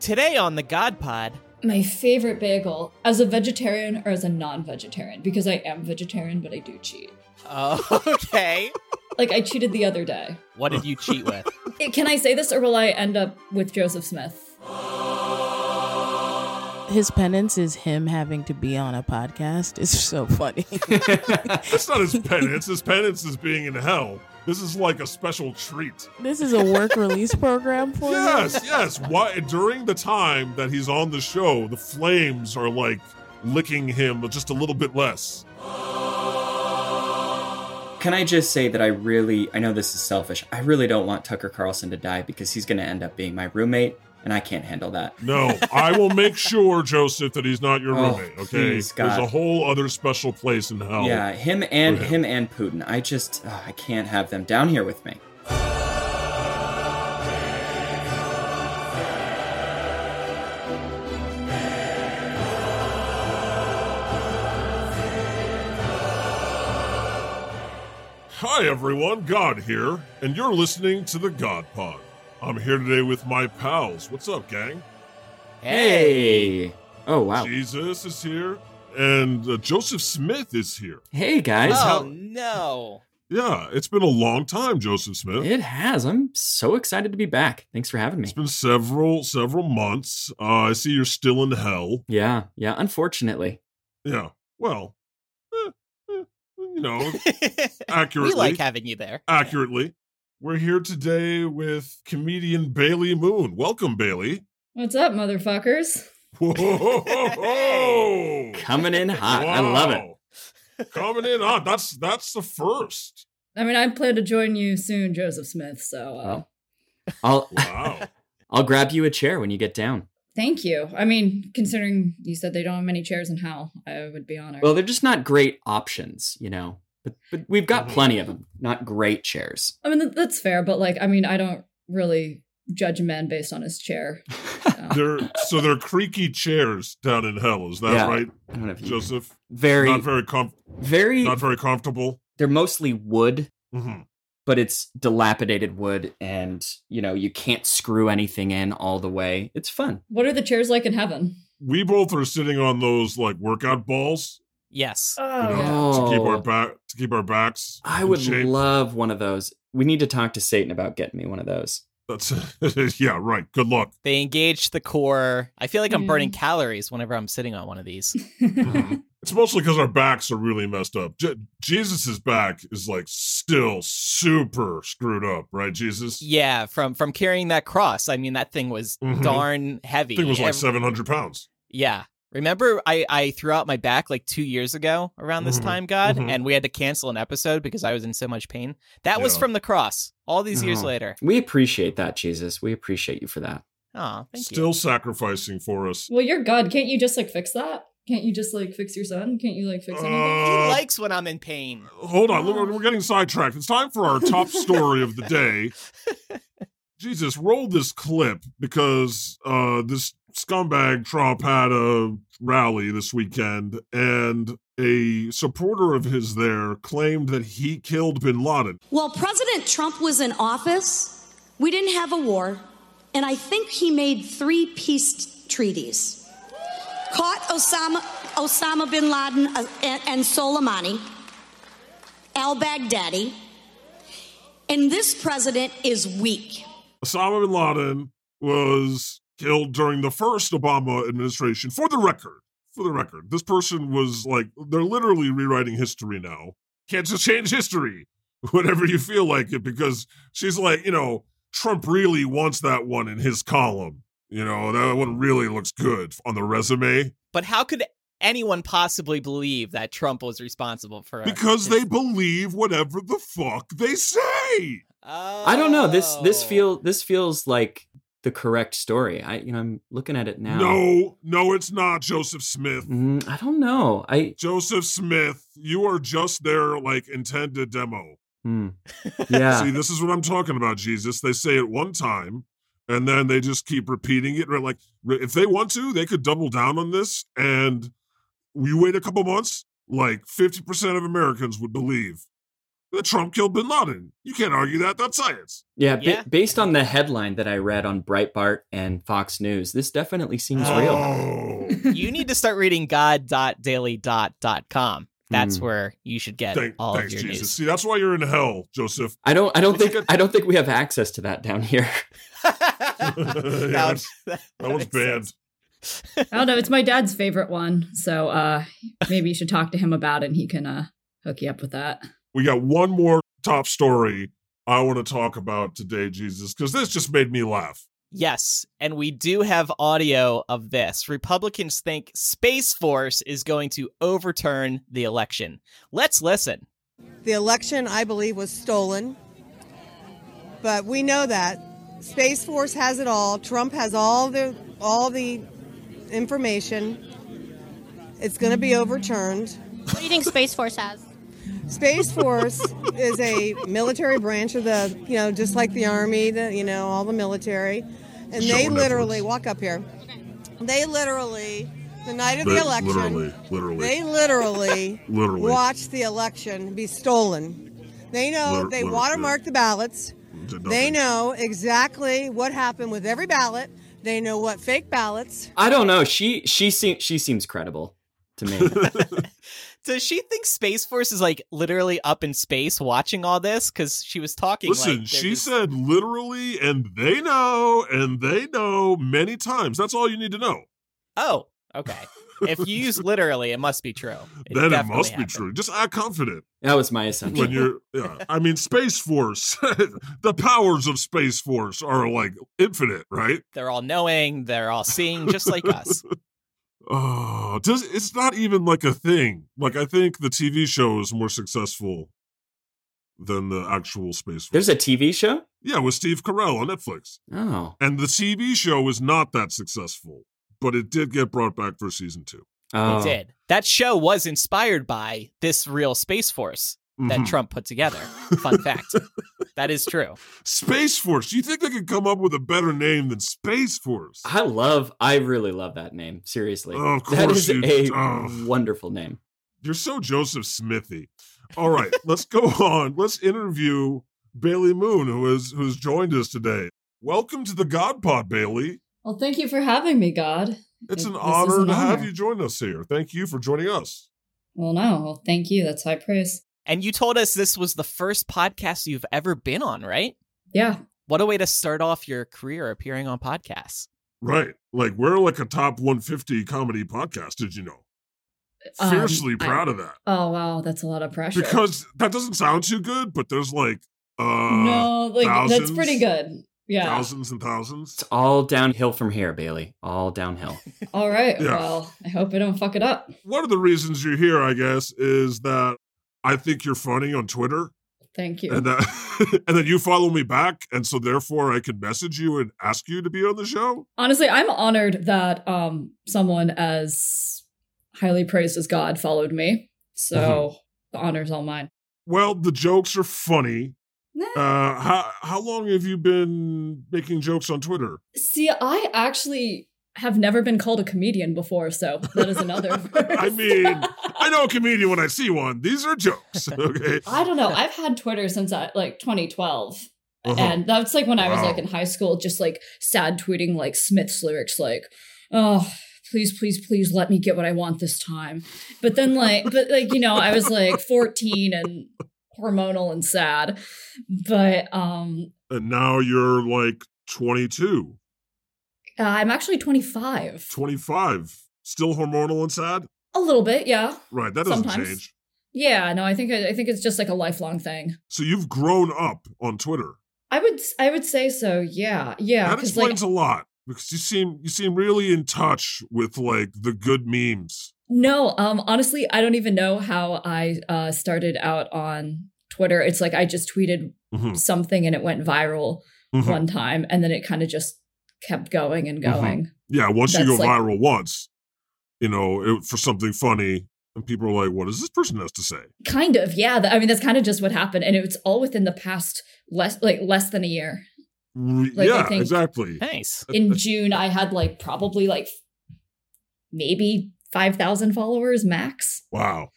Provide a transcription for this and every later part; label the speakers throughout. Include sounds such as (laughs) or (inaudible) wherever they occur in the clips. Speaker 1: Today on the God Pod,
Speaker 2: My favorite bagel as a vegetarian or as a non vegetarian because I am vegetarian, but I do cheat.
Speaker 3: (laughs)
Speaker 1: oh, okay.
Speaker 2: Like I cheated the other day.
Speaker 1: What did you cheat
Speaker 3: (laughs)
Speaker 1: with?
Speaker 2: Eh, Can I say this or will I end up with Joseph Smith?
Speaker 4: His penance is him having to be on a podcast. It's (laughs) so funny.
Speaker 3: That's not his penance. His penance is being in hell. This is like a special treat.
Speaker 4: this is a work release program for
Speaker 3: Yes,
Speaker 4: him.
Speaker 3: yes. Why during the time that he's on the show, the flames are like licking him just a little bit less.
Speaker 5: Can I just say that I really, I know this is selfish, I really don't want Tucker Carlson to die because he's going to end up being my roommate, and I can't handle that.
Speaker 3: No, I will make sure, Joseph, that he's not your
Speaker 5: Oh,
Speaker 3: roommate. Okay,
Speaker 5: please,
Speaker 3: there's
Speaker 5: God.
Speaker 3: a whole other special place in hell.
Speaker 5: Yeah, him and
Speaker 3: Okay.
Speaker 5: him and Putin. I just, ugh, I can't have them down here with me.
Speaker 3: Hi everyone, God here, and you're listening to the God Pod. I'm here today with my pals. What's up, gang?
Speaker 5: Hey! Oh, wow.
Speaker 3: Jesus is here, and uh, Joseph Smith is here.
Speaker 5: Hey, guys.
Speaker 1: Oh,
Speaker 3: (laughs)
Speaker 1: no.
Speaker 3: Yeah, it's been a long time, Joseph Smith.
Speaker 5: It has. I'm so excited to be back. Thanks for having me.
Speaker 3: It's been several several months. Uh, I see you're still in hell.
Speaker 5: Yeah, yeah, unfortunately.
Speaker 3: Yeah. Well, eh, eh, you
Speaker 5: (laughs)
Speaker 3: know,
Speaker 1: we
Speaker 3: accurately.
Speaker 1: like having you there.
Speaker 3: accurately. We're here today with comedian Bailey Moon. Welcome, Bailey. (laughs)
Speaker 2: What's up, motherfuckers?
Speaker 3: Whoa!
Speaker 5: Coming in hot. I love it.
Speaker 3: it. Coming in hot. That's that's the first.
Speaker 2: I mean, I plan to join you soon, Joseph Smith. So uh,
Speaker 5: Wow. I'll (laughs)
Speaker 3: Wow.
Speaker 5: I'll grab you a chair when you get down.
Speaker 2: thank you. I mean, considering you said they don't have many chairs in hell, I would be honored.
Speaker 5: Well, they're just not great options, you know. But but we've got plenty of them. Not great chairs.
Speaker 2: I mean, th- that's fair, but like, I mean, I don't really judge a man based on his chair. so.
Speaker 3: They're so they're creaky chairs down in hell. Is that
Speaker 5: Yeah.
Speaker 3: right,
Speaker 5: I don't know if you-
Speaker 3: Joseph?
Speaker 5: very
Speaker 3: not very com-
Speaker 5: very
Speaker 3: not very comfortable.
Speaker 5: they're mostly wood,
Speaker 3: hmm
Speaker 5: but it's dilapidated wood and you know, you can't screw anything in all the way. It's fun.
Speaker 2: What are the chairs like in heaven? (laughs)
Speaker 3: we both are sitting on those like workout balls
Speaker 1: Yes.
Speaker 3: you know, to keep our back to keep our backs.
Speaker 5: Oh. I
Speaker 3: in
Speaker 5: would
Speaker 3: shape.
Speaker 5: love one of those. We need to talk to Satan about getting me one of those.
Speaker 3: That's (laughs) yeah, right. Good luck.
Speaker 1: They engage the core. I feel like I'm burning
Speaker 2: Mm.
Speaker 1: calories whenever I'm sitting on one of these.
Speaker 3: Mm-hmm.
Speaker 5: (laughs)
Speaker 3: It's mostly because our backs are really messed up. Je- Jesus's back is like still super screwed up, right? Jesus,
Speaker 1: Yeah, from from carrying that cross. I mean, that thing was
Speaker 3: Mhm.
Speaker 1: darn heavy.
Speaker 3: I think it was like
Speaker 1: Ev-
Speaker 3: seven hundred pounds.
Speaker 1: Yeah. Remember I I threw out my back like 2 years ago around this
Speaker 3: Mhm.
Speaker 1: time, God,
Speaker 3: Mhm.
Speaker 1: and we had to cancel an episode because I was in so much pain. That was
Speaker 3: Yeah. Mm-hmm.
Speaker 1: from the cross all these years
Speaker 5: Oh.
Speaker 1: later.
Speaker 5: We appreciate that, Jesus. We appreciate you for that.
Speaker 1: Oh, thank
Speaker 3: Still
Speaker 1: you.
Speaker 3: sacrificing for us.
Speaker 2: well, you're God. Can't you just like fix that? Can't you just like fix your son? Can't you like fix anything?
Speaker 3: Uh,
Speaker 1: He likes when I'm in pain.
Speaker 3: Hold on, look, we're getting sidetracked. It's time for our top story of the day. Jesus, roll this clip because uh, this scumbag Trump had a rally this weekend, and a supporter of his there claimed that he killed Bin Laden.
Speaker 6: While President Trump was in office, we didn't have a war, and I think he made three peace treaties. Caught Osama, Osama bin Laden uh, and, and Soleimani, al Baghdadi, and this president is weak.
Speaker 3: Osama bin Laden was killed during the first Obama administration. For the record, for the record, this person was like they're literally rewriting history now. Can't just change history (laughs) whenever you feel like it because she's like, you know, Trump really wants that one in his column. You know, that one really looks good on the resume
Speaker 1: But how could anyone possibly believe that Trump was responsible for
Speaker 3: because
Speaker 1: his-
Speaker 3: they believe whatever the fuck they say.
Speaker 1: Oh.
Speaker 5: I don't know. This this feel this feels like the correct story. I you know I'm looking at it now.
Speaker 3: No, no, it's not Joseph Smith.
Speaker 5: Mm, I don't know. I
Speaker 3: Joseph Smith, you are just their like intended demo. (laughs)
Speaker 5: hmm. yeah.
Speaker 3: See, this is what I'm talking about, Jesus. They say it one time and then they just keep repeating it. Right? Like re- if they want to, they could double down on this and we wait a couple months, like 50% of Americans would believe that Trump killed bin Laden. You can't argue that. That's science.
Speaker 5: Yeah, ba-
Speaker 1: Yeah.
Speaker 5: based on the headline that I read on Breitbart and Fox News, this definitely seems
Speaker 1: Oh.
Speaker 5: real.
Speaker 3: Oh,
Speaker 2: you
Speaker 1: (laughs) you need to start reading god.daily.com. That's
Speaker 5: Mm.
Speaker 1: where you should get
Speaker 3: thank,
Speaker 1: all of
Speaker 3: thanks,
Speaker 1: your (laughs)
Speaker 3: Jesus. (laughs)
Speaker 1: news.
Speaker 3: See, that's why you're in hell, Joseph. (laughs)
Speaker 5: I don't I don't think I don't think we have access to that down here.
Speaker 1: (laughs)
Speaker 5: (laughs)
Speaker 1: that,
Speaker 3: that
Speaker 1: (laughs)
Speaker 3: That one's
Speaker 1: makes
Speaker 3: banned.
Speaker 1: sense.
Speaker 2: I don't know. It's my dad's favorite one, so uh, maybe you should talk to him about it, and he can uh, hook you up with that.
Speaker 3: We got one more top story I want to talk about today, Jesus, because this just made me laugh.
Speaker 1: (laughs) Yes, and we do have audio of this. Republicans think Space Force is going to overturn the election. Let's listen.
Speaker 7: The election, I believe, was stolen. But we know that. Space Force has it all. Trump has all the all the information. It's going to be overturned.
Speaker 8: What do you think Space Force has?
Speaker 7: Space Force (laughs) is a military branch of the, you know, just like the army, the, you know, all the military. And they
Speaker 3: Showing
Speaker 7: literally
Speaker 3: Netflix.
Speaker 7: walk up here. They literally the night of
Speaker 3: They-
Speaker 7: the election,
Speaker 3: Literally, literally,
Speaker 7: they
Speaker 3: (laughs)
Speaker 7: literally
Speaker 3: literally.
Speaker 7: watch the election be stolen. They know
Speaker 3: Liter-
Speaker 7: they
Speaker 3: liter-
Speaker 7: watermark the ballots.
Speaker 3: Did
Speaker 7: They
Speaker 3: nothing.
Speaker 7: know exactly what happened with every ballot. They know what fake ballots.
Speaker 5: I don't know. She she seems she seems credible
Speaker 3: (laughs)
Speaker 5: to me.
Speaker 1: Does she think Space Force is like literally up in space watching all this? Because she was talking.
Speaker 3: Listen,
Speaker 1: like, they're
Speaker 3: she
Speaker 1: just-
Speaker 3: said literally, and they know, and they know many times. That's all you need to know.
Speaker 1: "Oh, okay. If you
Speaker 3: (laughs)
Speaker 1: use literally, it must be true. It
Speaker 3: then it
Speaker 1: definitely
Speaker 3: must
Speaker 1: happened.
Speaker 3: be true. Just act
Speaker 7: (laughs)
Speaker 3: confident
Speaker 5: that was my
Speaker 3: when
Speaker 5: assumption.
Speaker 3: you're. Yeah. I mean, Space Force, (laughs) the powers of Space Force are like infinite, right?
Speaker 1: They're all knowing. They're all seeing, just like
Speaker 3: (laughs)
Speaker 1: us.
Speaker 3: Oh, does it's not even like a thing. Like I think the TV show is more successful than the actual Space Force.
Speaker 5: There's a TV show?
Speaker 3: yeah, with Steve Carell on Netflix,
Speaker 5: Oh.
Speaker 3: and the TV show is not that successful, but it did get brought back for season 2
Speaker 5: Oh.
Speaker 1: It did. That show was inspired by this real Space Force that
Speaker 3: Mhm.
Speaker 1: Trump put together. Fun fact. That is true.
Speaker 3: Space Force. Do you think they could come up with a better name than Space Force?
Speaker 5: I love I really love that name. Seriously.
Speaker 3: Oh, of
Speaker 5: that
Speaker 3: course
Speaker 5: is
Speaker 3: you-
Speaker 5: a
Speaker 3: oh.
Speaker 5: wonderful name.
Speaker 3: You're so Joseph Smithy. All right, let's go (laughs) on. Let's interview Bailey Moon, who is who's joined us today. Welcome to the God Pod, Bailey.
Speaker 2: Well, thank you for having me, God.
Speaker 3: It's
Speaker 2: It-
Speaker 3: an
Speaker 2: this is
Speaker 3: honor
Speaker 2: an
Speaker 3: to have
Speaker 2: honor.
Speaker 3: you join us here. Thank you for joining us.
Speaker 2: Well, no, well, thank you. That's high praise.
Speaker 1: And you told us this was the first podcast you've ever been on, right?
Speaker 2: Yeah,
Speaker 1: What a way to start off your career appearing on podcasts.
Speaker 3: Right. Like we're like a top 150 comedy podcast, did you know?
Speaker 2: Um,
Speaker 3: Fiercely
Speaker 2: I-
Speaker 3: proud of that.
Speaker 2: Oh wow, that's a lot of pressure.
Speaker 3: Because that doesn't sound too good, but there's like uh
Speaker 2: no, like
Speaker 3: thousands?
Speaker 2: that's pretty good. Yeah.
Speaker 3: thousands and thousands.
Speaker 5: It's all downhill from here, Bailey. All downhill.
Speaker 2: All right.
Speaker 3: Yeah.
Speaker 2: Well, I hope I don't fuck it up.
Speaker 3: One of the reasons you're here, I guess, is that I think you're funny on Twitter.
Speaker 2: Thank you.
Speaker 3: and that, (laughs) and then you follow me back, and so therefore I can message you and ask you to be on the show.
Speaker 2: Honestly, I'm honored that um someone as highly praised as God followed me. So
Speaker 3: Mm-hmm.
Speaker 2: the honor's all mine.
Speaker 3: Well, the jokes are funny. Uh, how how long have you been making jokes on Twitter?
Speaker 2: See, I actually have never been called a comedian before, so that is another. (laughs)
Speaker 3: (laughs) I
Speaker 2: first.
Speaker 3: mean, I know a comedian when I see one. These
Speaker 2: (laughs)
Speaker 3: are jokes, okay?
Speaker 2: I don't know. I've had Twitter since I, like 2012.
Speaker 3: Uh-huh.
Speaker 2: And that's like when I was
Speaker 3: Wow.
Speaker 2: like in high school, just like sad tweeting like Smith's lyrics, like, oh, please, please, please let me get what I want this time. But then,
Speaker 3: (laughs)
Speaker 2: like, but like, you know, I was like 14 and hormonal and sad. But um
Speaker 3: and now you're like 22,
Speaker 2: uh, I'm actually 25.
Speaker 3: 25, still hormonal and sad.
Speaker 2: A little bit, yeah.
Speaker 3: Right, that doesn't
Speaker 2: Sometimes.
Speaker 3: change.
Speaker 2: Yeah, no, I think I think it's just like a lifelong thing.
Speaker 3: So you've grown up on Twitter.
Speaker 2: I would I would say so. Yeah. Yeah,
Speaker 3: that
Speaker 2: cuz like
Speaker 3: explains a lot because you seem you seem really in touch with like the good memes.
Speaker 2: No, um, honestly, I don't even know how I uh, started out on Twitter. It's like I just tweeted
Speaker 3: Mhm,
Speaker 2: something and it went viral
Speaker 3: mhm.
Speaker 2: one time, and then it kind of just kept going and
Speaker 3: Mm-hmm.
Speaker 2: going.
Speaker 3: Yeah, once you
Speaker 2: That's
Speaker 3: go
Speaker 2: like-
Speaker 3: viral once, you know, it, for something funny, and people are like, "What does this person has to say?"
Speaker 2: Kind of, yeah. Th- I mean, that's kind of just what happened, and it's all within the past less like less than a year.
Speaker 3: Re-
Speaker 2: Like, I
Speaker 3: yeah,
Speaker 2: think-
Speaker 3: exactly.
Speaker 1: Nice.
Speaker 2: In June, I had like probably like maybe five thousand followers max,
Speaker 3: Wow.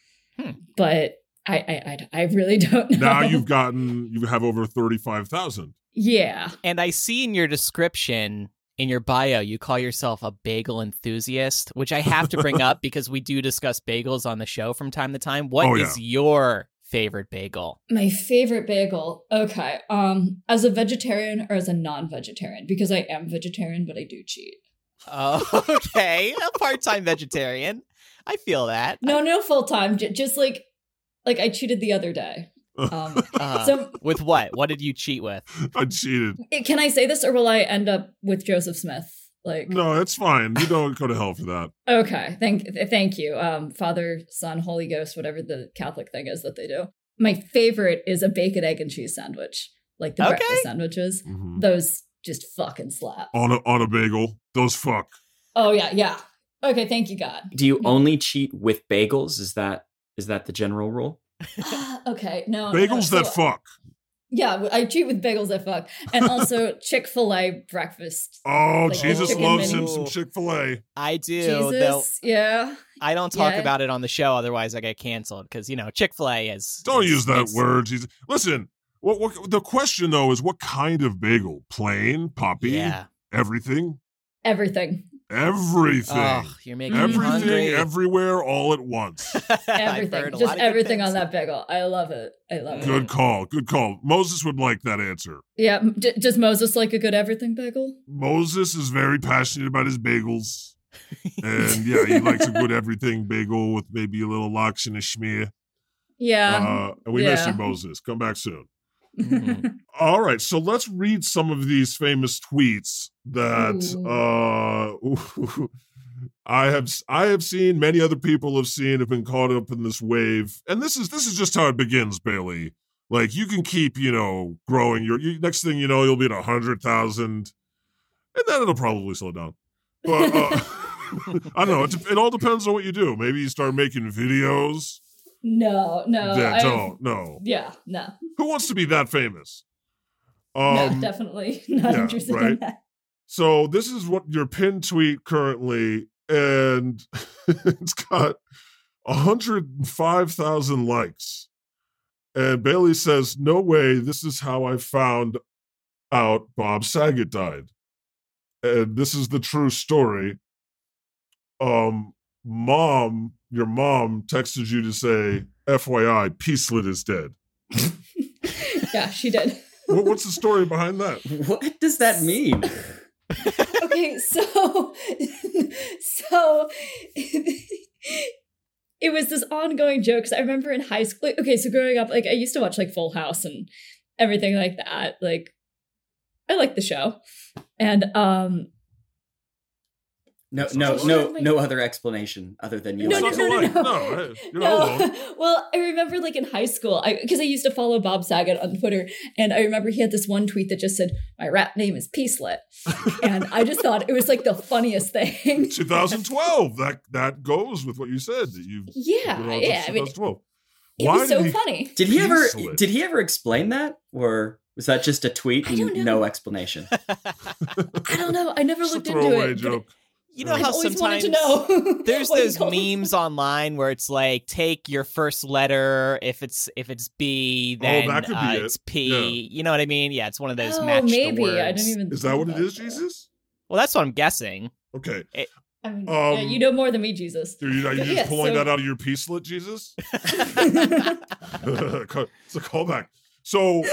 Speaker 2: but I I, I, I really (laughs) don't know.
Speaker 3: Now you've gotten you have over thirty five thousand.
Speaker 2: yeah.
Speaker 1: And I see in your description, in your bio, you call yourself a bagel enthusiast, which I have to bring
Speaker 3: (laughs)
Speaker 1: up because we do discuss bagels on the show from time to time. What is
Speaker 3: Oh, yeah.
Speaker 1: your favorite bagel?
Speaker 2: My favorite bagel. Okay. Um, as a vegetarian or as a non-vegetarian, because I am vegetarian, but I do cheat.
Speaker 1: Oh, (laughs) okay. a part time vegetarian. I feel
Speaker 3: (laughs)
Speaker 1: that.
Speaker 2: No, no, full time. J- just like, like I cheated the other
Speaker 3: (laughs)
Speaker 2: day. Um,
Speaker 1: Uh,
Speaker 2: so
Speaker 1: with what? What did you cheat with?
Speaker 3: I cheated.
Speaker 2: can I say this, or will I end up with Joseph Smith? Like,
Speaker 3: No, it's fine. You don't go to hell for that.
Speaker 2: Okay, thank th- thank you. Um, Father, Son, Holy Ghost, whatever the Catholic thing is that they do. My favorite is a bacon, egg, and cheese sandwich, like the
Speaker 1: Okay.
Speaker 2: breakfast sandwiches.
Speaker 3: Mhm.
Speaker 2: Those just fucking slap.
Speaker 3: On a on a bagel. Those fuck.
Speaker 2: Oh yeah, yeah. Okay, thank you,
Speaker 3: (laughs)
Speaker 2: God. (sighs)
Speaker 5: Do you only cheat with bagels? Is that is that the general rule?
Speaker 2: okay, no no, no.
Speaker 3: Bagels
Speaker 2: So-
Speaker 3: that fuck.
Speaker 2: Yeah, I cheat with bagels that fuck, and also
Speaker 3: (laughs)
Speaker 2: Chick Fil A breakfast.
Speaker 3: Oh,
Speaker 2: Like
Speaker 3: Jesus
Speaker 2: chicken
Speaker 3: loves
Speaker 2: mini-
Speaker 3: him some Chick Fil A.
Speaker 1: I do, though.
Speaker 2: Jesus, yeah.
Speaker 1: I don't talk
Speaker 2: Yeah.
Speaker 1: about it on the show, otherwise I get canceled because you know Chick Fil A is.
Speaker 3: Don't
Speaker 1: is-
Speaker 3: use that
Speaker 1: is-
Speaker 3: word. Jesus. Listen. What, what the question though is what kind of bagel? Plain,
Speaker 1: (laughs)
Speaker 3: poppy,
Speaker 1: Yeah.
Speaker 3: everything,
Speaker 2: Everything,
Speaker 3: everything,
Speaker 1: Oh, you're making
Speaker 3: everything,
Speaker 1: me hungry.
Speaker 3: everywhere, all at
Speaker 1: (laughs)
Speaker 3: once.
Speaker 1: I've heard
Speaker 2: everything,
Speaker 1: a
Speaker 2: just
Speaker 1: lot of good
Speaker 2: everything on
Speaker 1: things.
Speaker 2: that bagel. I love it. I love it.
Speaker 3: good call. Good call. Moses would like that answer.
Speaker 2: Yeah, m- d- does Moses like a good everything bagel?
Speaker 3: Moses is very passionate about his bagels. And yeah, he likes a good everything bagel with maybe a little lox and a schmear.
Speaker 2: Yeah.
Speaker 3: Uh, and we miss you,
Speaker 2: Um, yeah.
Speaker 3: Moses. Come back soon. Uh-huh.
Speaker 1: Mhm.
Speaker 3: All right, so let's read some of these famous tweets that
Speaker 2: Mm-hmm.
Speaker 3: uh, (laughs) I have I have seen. Many other people have seen have been caught up in this wave, and this is this is just how it begins, Bailey. Like you can keep you know growing your you, next thing you know you'll be at a hundred thousand, and then it'll probably slow down. But uh, (laughs) I don't know. It, dep- it all depends on what you do. Maybe you start making videos.
Speaker 2: (laughs) No, no.
Speaker 3: yeah,
Speaker 2: I-
Speaker 3: don't no.
Speaker 2: Yeah, no.
Speaker 3: Who wants to be that famous?
Speaker 2: (laughs) no, definitely (laughs) not
Speaker 3: Um, yeah,
Speaker 2: interested in
Speaker 3: right.
Speaker 2: that. (laughs)
Speaker 3: So this is what your pin tweet currently, and (laughs) it's got 105,000 likes. And Bailey says, No way, this is how I found out Bob Saget died. And this is the true story. Um, mom, your mom texted you to say, FYI, P Slit is dead.
Speaker 2: Yeah, she did.
Speaker 3: What- What's the story behind that?
Speaker 5: What does that mean?
Speaker 2: Okay, (laughs) so so it was this ongoing joke 'cause I remember in high school. like, okay, so growing up, like I used to watch like Full House and everything like that. Like I like the show, and um,
Speaker 5: No,
Speaker 3: Sounds
Speaker 5: no,
Speaker 3: like-
Speaker 5: no, no other explanation other than
Speaker 2: (laughs)
Speaker 5: you
Speaker 2: No,
Speaker 5: like
Speaker 2: no, no, no,
Speaker 5: it.
Speaker 3: Sounds
Speaker 2: no.
Speaker 3: alike. No, hey, you're not alone.
Speaker 2: no. (laughs) Well, I remember like in high school, I because I used to follow Bob Saget on Twitter, and I remember he had this one tweet that just said, "My rap name is Peacelet," and I just thought it was like the funniest
Speaker 3: (laughs)
Speaker 2: thing.
Speaker 3: 2012. That that goes with what you said. That you
Speaker 2: Yeah,
Speaker 3: you're on
Speaker 2: yeah. I mean,
Speaker 3: 2012.
Speaker 2: it
Speaker 3: Why
Speaker 2: was so
Speaker 3: did he-
Speaker 2: funny.
Speaker 5: Did he ever?
Speaker 3: Peacelet.
Speaker 5: Did he ever explain that, or was that just a tweet
Speaker 2: I don't
Speaker 5: and
Speaker 2: know. (laughs)
Speaker 5: no explanation?
Speaker 2: I don't know. I never
Speaker 3: Just a
Speaker 2: looked into
Speaker 3: throwaway
Speaker 2: it. but
Speaker 3: joke.
Speaker 1: you know
Speaker 2: I
Speaker 1: how
Speaker 2: always
Speaker 1: sometimes
Speaker 2: wanted to know. (laughs)
Speaker 1: (laughs) there's
Speaker 2: what he
Speaker 1: those
Speaker 2: called it.
Speaker 1: memes online where it's like take your first letter if it's if it's B then
Speaker 3: Oh, that could be
Speaker 1: uh,
Speaker 3: it.
Speaker 1: it's P. You know what I mean? Yeah, it's one of those
Speaker 2: Oh,
Speaker 1: match
Speaker 2: maybe
Speaker 1: the words.
Speaker 2: I didn't even.
Speaker 3: Is that
Speaker 2: think
Speaker 3: what it
Speaker 2: about
Speaker 3: is,
Speaker 2: that.
Speaker 3: Jesus?
Speaker 1: Well, that's what I'm guessing.
Speaker 3: Okay.
Speaker 2: I mean,
Speaker 3: Um,
Speaker 2: yeah, you know more than me,
Speaker 3: (laughs)
Speaker 2: Jesus.
Speaker 3: Are you, are you just
Speaker 2: Yeah,
Speaker 3: pulling
Speaker 2: so-
Speaker 3: that out of your peacelet, Jesus? (laughs)
Speaker 1: That's
Speaker 3: it's a callback. So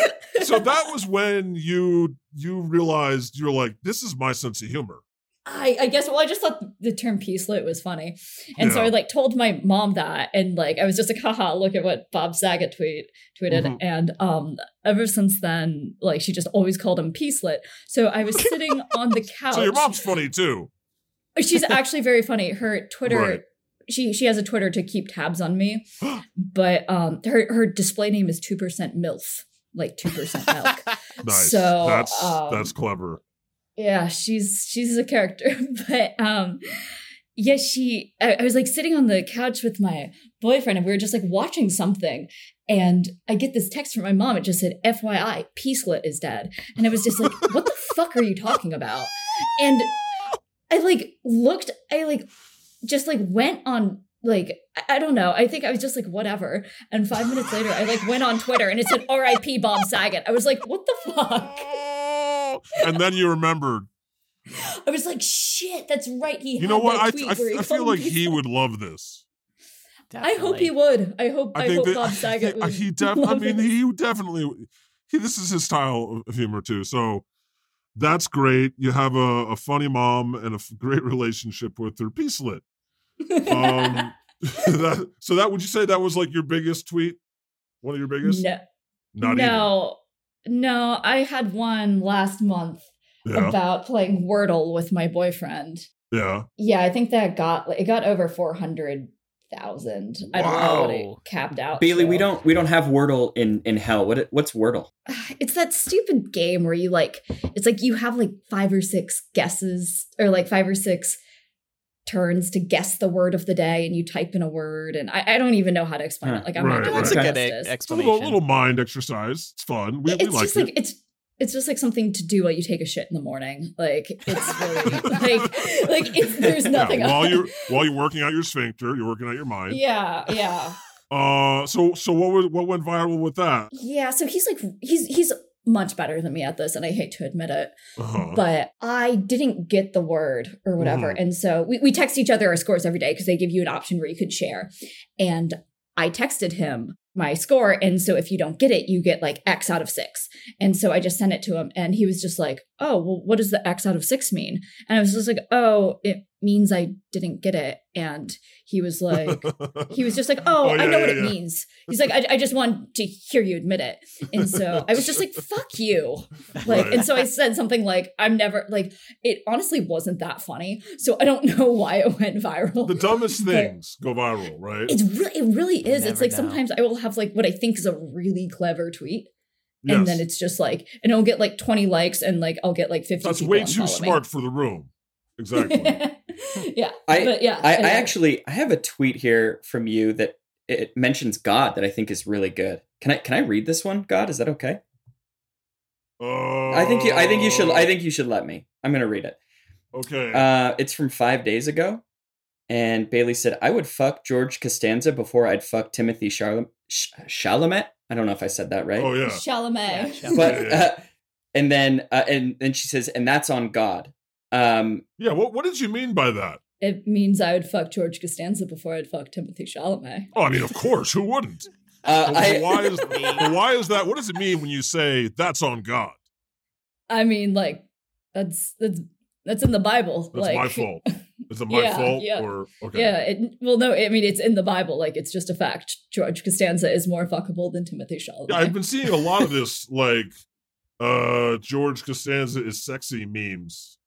Speaker 3: so that was when you you realized you're like, this is my sense of humor.
Speaker 2: I, I guess well I just thought the term peacelet was funny. And so
Speaker 3: Yeah.
Speaker 2: I like told my mom that and like I was just like haha look at what Bob Saget tweet tweeted
Speaker 3: Mhm.
Speaker 2: and um ever since then like she just always called him peacelet. So I
Speaker 3: (laughs)
Speaker 2: was sitting on the couch.
Speaker 3: So your mom's funny too.
Speaker 2: She's actually very funny. Her Twitter
Speaker 3: Right.
Speaker 2: she she has a Twitter to keep tabs on me. But um her her display name is 2% MILF, like 2% milk.
Speaker 3: Nice.
Speaker 2: So,
Speaker 3: that's
Speaker 2: um,
Speaker 3: that's clever.
Speaker 2: yeah she's she's a character (laughs) but um yeah she I, I was like sitting on the couch with my boyfriend and we were just like watching something and i get this text from my mom it just said fyi peacelet is dead and i was just like what the fuck are you talking about and i like looked i like just like went on like I- I don't know. I think I was just like whatever. And five minutes later, I like went on Twitter and it said "R.I.P. Bob Saget." I was like, "What the fuck?"
Speaker 3: and then
Speaker 2: (laughs)
Speaker 3: you remembered.
Speaker 2: I was like, "Shit, that's right." He.
Speaker 3: You know
Speaker 2: had
Speaker 3: what?
Speaker 2: that
Speaker 3: I,
Speaker 2: tweet
Speaker 3: I,
Speaker 2: where
Speaker 3: I feel
Speaker 2: called
Speaker 3: like
Speaker 2: me-
Speaker 3: he would love this.
Speaker 2: (laughs) I hope he would. I hope. I, hope
Speaker 3: that-
Speaker 2: Bob Saget.
Speaker 3: I-
Speaker 2: Would (laughs)
Speaker 3: (laughs) he def- I
Speaker 2: love
Speaker 3: mean,
Speaker 2: it.
Speaker 3: he definitely. He, this is his style of humor too. So that's great. You have a, a funny mom and a f- great relationship with her peacelet.
Speaker 2: (laughs)
Speaker 3: (laughs) Um, that, so that would you say that was like your biggest tweet? One of your biggest?
Speaker 2: no,
Speaker 3: Not
Speaker 2: no, no. I had one last month
Speaker 3: even. Yeah.
Speaker 2: about playing Wordle with my boyfriend.
Speaker 3: yeah.
Speaker 2: Yeah, I think that got it got over four hundred thousand. I don't know what it
Speaker 1: Wow.
Speaker 2: capped out.
Speaker 5: Bailey,
Speaker 2: to.
Speaker 5: we don't we don't have Wordle in in hell. What what's Wordle?
Speaker 2: (sighs) It's that stupid game where you like it's like you have like five or six guesses or like five or six turns to guess the word of the day and you type in a word and I, I don't even know how to explain it. Like I'm
Speaker 3: Right,
Speaker 2: not
Speaker 3: right.
Speaker 2: doing
Speaker 1: That's a
Speaker 2: it
Speaker 1: good e-
Speaker 2: justice.
Speaker 3: It's a little,
Speaker 1: explanation.
Speaker 3: little mind exercise. It's fun. We, we
Speaker 2: it's
Speaker 3: like
Speaker 2: just
Speaker 3: it.
Speaker 2: like it's it's just like something to do while you take a shit in the morning. Like it's really
Speaker 3: (laughs)
Speaker 2: like like it's, there's nothing
Speaker 3: yeah, while
Speaker 2: on- (laughs)
Speaker 3: you're (laughs) while you're working out your sphincter, you're working out your mind.
Speaker 2: yeah, yeah.
Speaker 3: Uh, so so what was what went viral with that?
Speaker 2: Yeah, so he's like he's he's much better than me at this and I hate to admit it.
Speaker 3: Uh-huh.
Speaker 2: But I didn't get the word or whatever.
Speaker 3: Mhm.
Speaker 2: And so we, we text each other our scores every day because they give you an option where you could share. And I texted him my score. And so if you don't get it, you get like X out of six. And so I just sent it to him and he was just like, Oh, well, what does the X out of six mean? And I was just like, Oh, it means I didn't get it. And he
Speaker 3: (laughs)
Speaker 2: was like, he was just like, "Oh,
Speaker 3: Oh, yeah,
Speaker 2: I know
Speaker 3: yeah,
Speaker 2: what it
Speaker 3: yeah.
Speaker 2: means." He's like, I, "I just want to hear you admit it," and
Speaker 3: (laughs)
Speaker 2: so I was just like, "Fuck you!" Like,
Speaker 3: Right.
Speaker 2: and so I said something like, "I'm never like." It honestly wasn't that funny, so I don't (laughs) know why it went viral.
Speaker 3: the
Speaker 2: (laughs)
Speaker 3: dumbest
Speaker 2: but-
Speaker 3: things go viral, right?
Speaker 2: It's really, it really
Speaker 1: You
Speaker 2: is. It's
Speaker 1: never
Speaker 2: like
Speaker 1: know.
Speaker 2: sometimes I will have like what I think is a really clever tweet, and then it's just like, and it'll get like 20 likes, and like I'll get like 50.
Speaker 3: that's
Speaker 2: people
Speaker 3: way
Speaker 2: unfollow
Speaker 3: too
Speaker 2: me.
Speaker 3: smart for the room.
Speaker 2: (laughs)
Speaker 3: Exactly.
Speaker 2: yeah,
Speaker 5: I-
Speaker 2: but yeah,
Speaker 5: I, I
Speaker 2: anyway.
Speaker 5: actually I have a tweet here from you that it mentions God that I think is really good. Can I can I read this one? God, is that okay?
Speaker 3: Uh,
Speaker 5: I think you I think you should
Speaker 2: Oh.
Speaker 5: I think you should let me. I'm gonna read it.
Speaker 3: okay.
Speaker 5: Uh, it's from five days ago, and Bailey said, "I would fuck George Costanza before I'd fuck Timothy Charlam- Sh- Chalamet." I don't know if I said that right.
Speaker 3: oh
Speaker 2: (laughs)
Speaker 3: yeah.
Speaker 1: Yeah,
Speaker 2: Chalamet.
Speaker 1: Chalamet.
Speaker 5: but
Speaker 3: Yeah.
Speaker 5: uh, and then uh, and then she says, "And that's on God." Um,
Speaker 3: Yeah. What what did you mean by that?
Speaker 2: It means I would fuck George Costanza before I'd fuck Timothy Chalamet.
Speaker 3: Oh, I mean, of course, who wouldn't?
Speaker 5: uh,
Speaker 3: But
Speaker 5: (laughs) I, (laughs)
Speaker 3: why is but why is that? What does it mean when you say that's on God?
Speaker 2: I mean, like that's that's that's in the Bible.
Speaker 3: That's
Speaker 2: like, (laughs)
Speaker 3: my fault. Is it my
Speaker 2: Yeah,
Speaker 3: fault
Speaker 2: yeah.
Speaker 3: or okay?
Speaker 2: Yeah. It, well, no, I mean it's in the Bible. Like it's just a fact. George Costanza is more fuckable than Timothy Chalamet.
Speaker 3: Yeah, I've been seeing a lot of this, like uh George Costanza is sexy memes.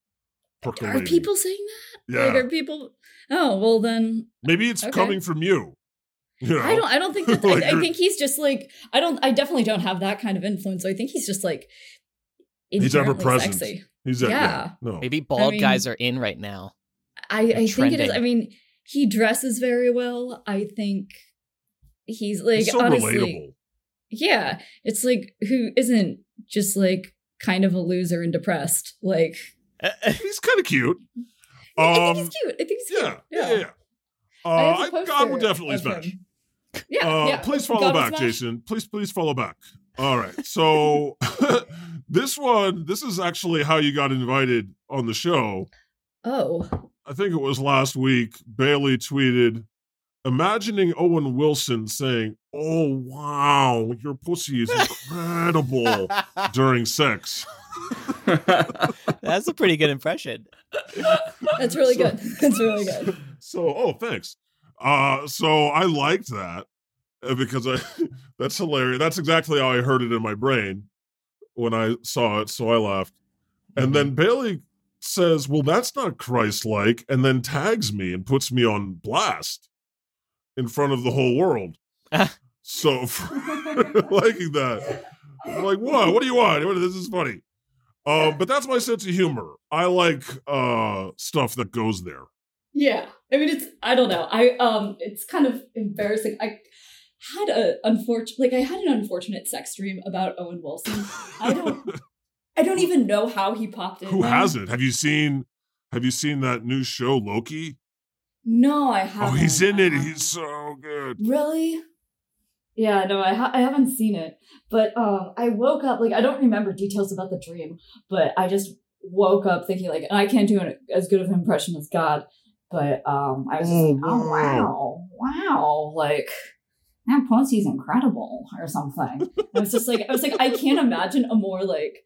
Speaker 2: are
Speaker 3: percolating.
Speaker 2: people saying that?
Speaker 3: Yeah,
Speaker 2: Like, are people? Oh well, then
Speaker 3: maybe it's
Speaker 2: okay.
Speaker 3: coming from you. (laughs) you know?
Speaker 2: I don't. I don't
Speaker 3: (laughs)
Speaker 2: think that.
Speaker 3: Like
Speaker 2: I, I
Speaker 3: you're-
Speaker 2: think he's just like I don't. I definitely don't have that kind of influence. So I think he's just like
Speaker 3: He's ever
Speaker 2: inherently
Speaker 3: present.
Speaker 2: Sexy.
Speaker 3: He's that, yeah.
Speaker 2: Yeah.
Speaker 3: No.
Speaker 1: Maybe bald
Speaker 2: mean-
Speaker 1: guys are in right now.
Speaker 2: I, I think it is. I
Speaker 1: trending.
Speaker 2: mean, he dresses very well. I think he's like
Speaker 3: It's so
Speaker 2: honestly,
Speaker 3: relatable. (laughs)
Speaker 2: yeah. It's like who isn't just like kind of a loser and depressed? Like
Speaker 3: He's kind of cute.
Speaker 2: (laughs) I think
Speaker 3: Um,
Speaker 2: he's cute. I think he's cute.
Speaker 3: yeah, yeah, yeah. Uh,
Speaker 2: I
Speaker 3: I
Speaker 2: have a
Speaker 3: God will
Speaker 2: poster
Speaker 3: definitely
Speaker 2: of
Speaker 3: smash.
Speaker 2: him. Yeah,
Speaker 3: Uh,
Speaker 2: yeah.
Speaker 3: Please follow
Speaker 2: God will
Speaker 3: back,
Speaker 2: smash.
Speaker 3: Jason. Please, please follow back. All right. So (laughs) this one, this is actually how you got invited on the show.
Speaker 2: Oh,
Speaker 3: I think it was last week. Bailey tweeted, imagining Owen Wilson saying, "Oh wow, your pussy is incredible." during sex.
Speaker 1: That's a pretty good impression.
Speaker 2: that's really
Speaker 3: (laughs) So-
Speaker 2: good. (laughs) That's really good.
Speaker 3: So, oh, thanks. Uh, so I liked that uh, because I (laughs) that's hilarious. That's exactly how I heard it in my brain when I saw it. So I laughed. And then Bailey says, Well, that's not Christ like, and then tags me and puts me on blast in front of the whole world. so (laughs) for liking that. I'm like, what? What do you want? What- This is funny. Um, but that's my sense of humor. I like uh stuff that goes there.
Speaker 2: Yeah. I mean, it's, I don't know. I, um, it's kind of embarrassing. I had a unfortunate, like, I had an unfortunate sex dream about Owen Wilson. I don't, I don't even know how he popped in.
Speaker 3: (laughs) Who
Speaker 2: then.
Speaker 3: hasn't? Have you seen have you seen that new show Loki?
Speaker 2: No, I
Speaker 3: Oh,
Speaker 2: haven't.
Speaker 3: he's in it. He's
Speaker 2: Uh-huh.
Speaker 3: so good.
Speaker 2: Really? Yeah, no, I, ha- I haven't seen it. But um, I woke up, like, I don't remember details about the dream, but I just woke up thinking, like, and I can't do an, as good of an impression as God, but um, I was just
Speaker 3: Oh,
Speaker 2: like, oh,
Speaker 3: wow.
Speaker 2: wow, wow, like, that pussy's incredible or something. I was just like, I was like, I can't imagine a more, like,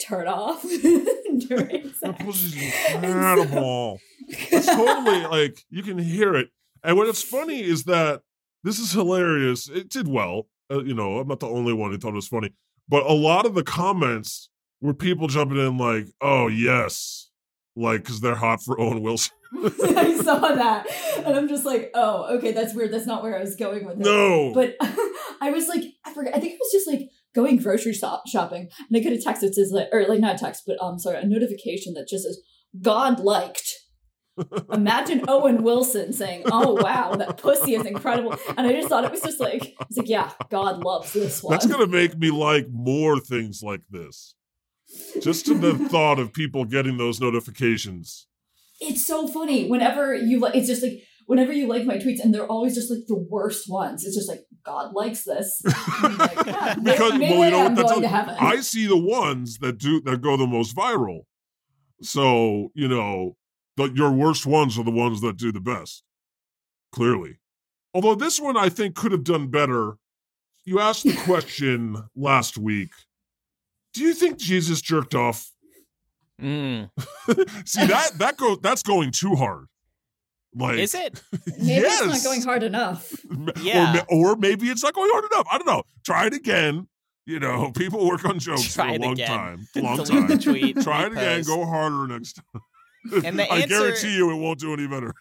Speaker 2: turn off (laughs)
Speaker 3: (laughs)
Speaker 2: during
Speaker 3: That pussy's
Speaker 2: sex. And so-
Speaker 3: incredible. It's totally like you can hear it. And what it's funny is that this is hilarious. It did well. Uh, you know, I'm not the only one who thought it was funny, but a lot of the comments were people jumping in like, "Oh yes," like because they're hot for Owen Wilson.
Speaker 2: (laughs)
Speaker 3: (laughs)
Speaker 2: I saw that, and I'm just like, oh, okay, that's weird. That's not where I was going with it.
Speaker 3: No,
Speaker 2: But (laughs) I was like, I forgot. I think I was just like going grocery shop shopping, and I get a text that says, like, or like not a text, but um, sorry, a notification that just says, "God
Speaker 3: (laughs)
Speaker 2: liked." Imagine Owen Wilson saying, "Oh wow, that pussy is incredible," and I just thought it was just like, it's like, yeah, God loves this one.
Speaker 3: that's gonna make me like more things like this. Just to
Speaker 2: (laughs)
Speaker 3: the thought of people getting those notifications.
Speaker 2: it's so funny whenever you like it's just like whenever you like my tweets and they're always just like the worst ones it's just like god likes this I'm like, yeah, (laughs) may-
Speaker 3: (laughs) because
Speaker 2: Oh maybe
Speaker 3: well, you
Speaker 2: I
Speaker 3: know
Speaker 2: am
Speaker 3: what? That's
Speaker 2: going
Speaker 3: what-
Speaker 2: to heaven.
Speaker 3: I see the ones that do that go the most viral. So you know, the, your worst ones are the ones that do the best. Clearly, although this one I think could have done better. You
Speaker 2: (laughs)
Speaker 3: asked the question last week. Do you think Jesus jerked off?
Speaker 1: Mm.
Speaker 3: see that that go that's going too hard. Like
Speaker 1: Is it?
Speaker 2: maybe
Speaker 3: yes.
Speaker 2: it's not going hard enough
Speaker 3: M-
Speaker 1: Yeah.
Speaker 3: (laughs) Or, ma- or maybe it's not going hard enough. I don't know. Try it again. You know, (laughs) people work on jokes
Speaker 1: Try
Speaker 3: for a
Speaker 1: it
Speaker 3: long
Speaker 1: again.
Speaker 3: time.
Speaker 1: (laughs)
Speaker 3: Long
Speaker 1: Delete the
Speaker 3: time.
Speaker 1: tweet.
Speaker 3: (laughs) Try it again.
Speaker 1: repost.
Speaker 3: Go harder next time.
Speaker 1: And the
Speaker 3: (laughs) I
Speaker 1: answer-
Speaker 3: guarantee you it won't do any better.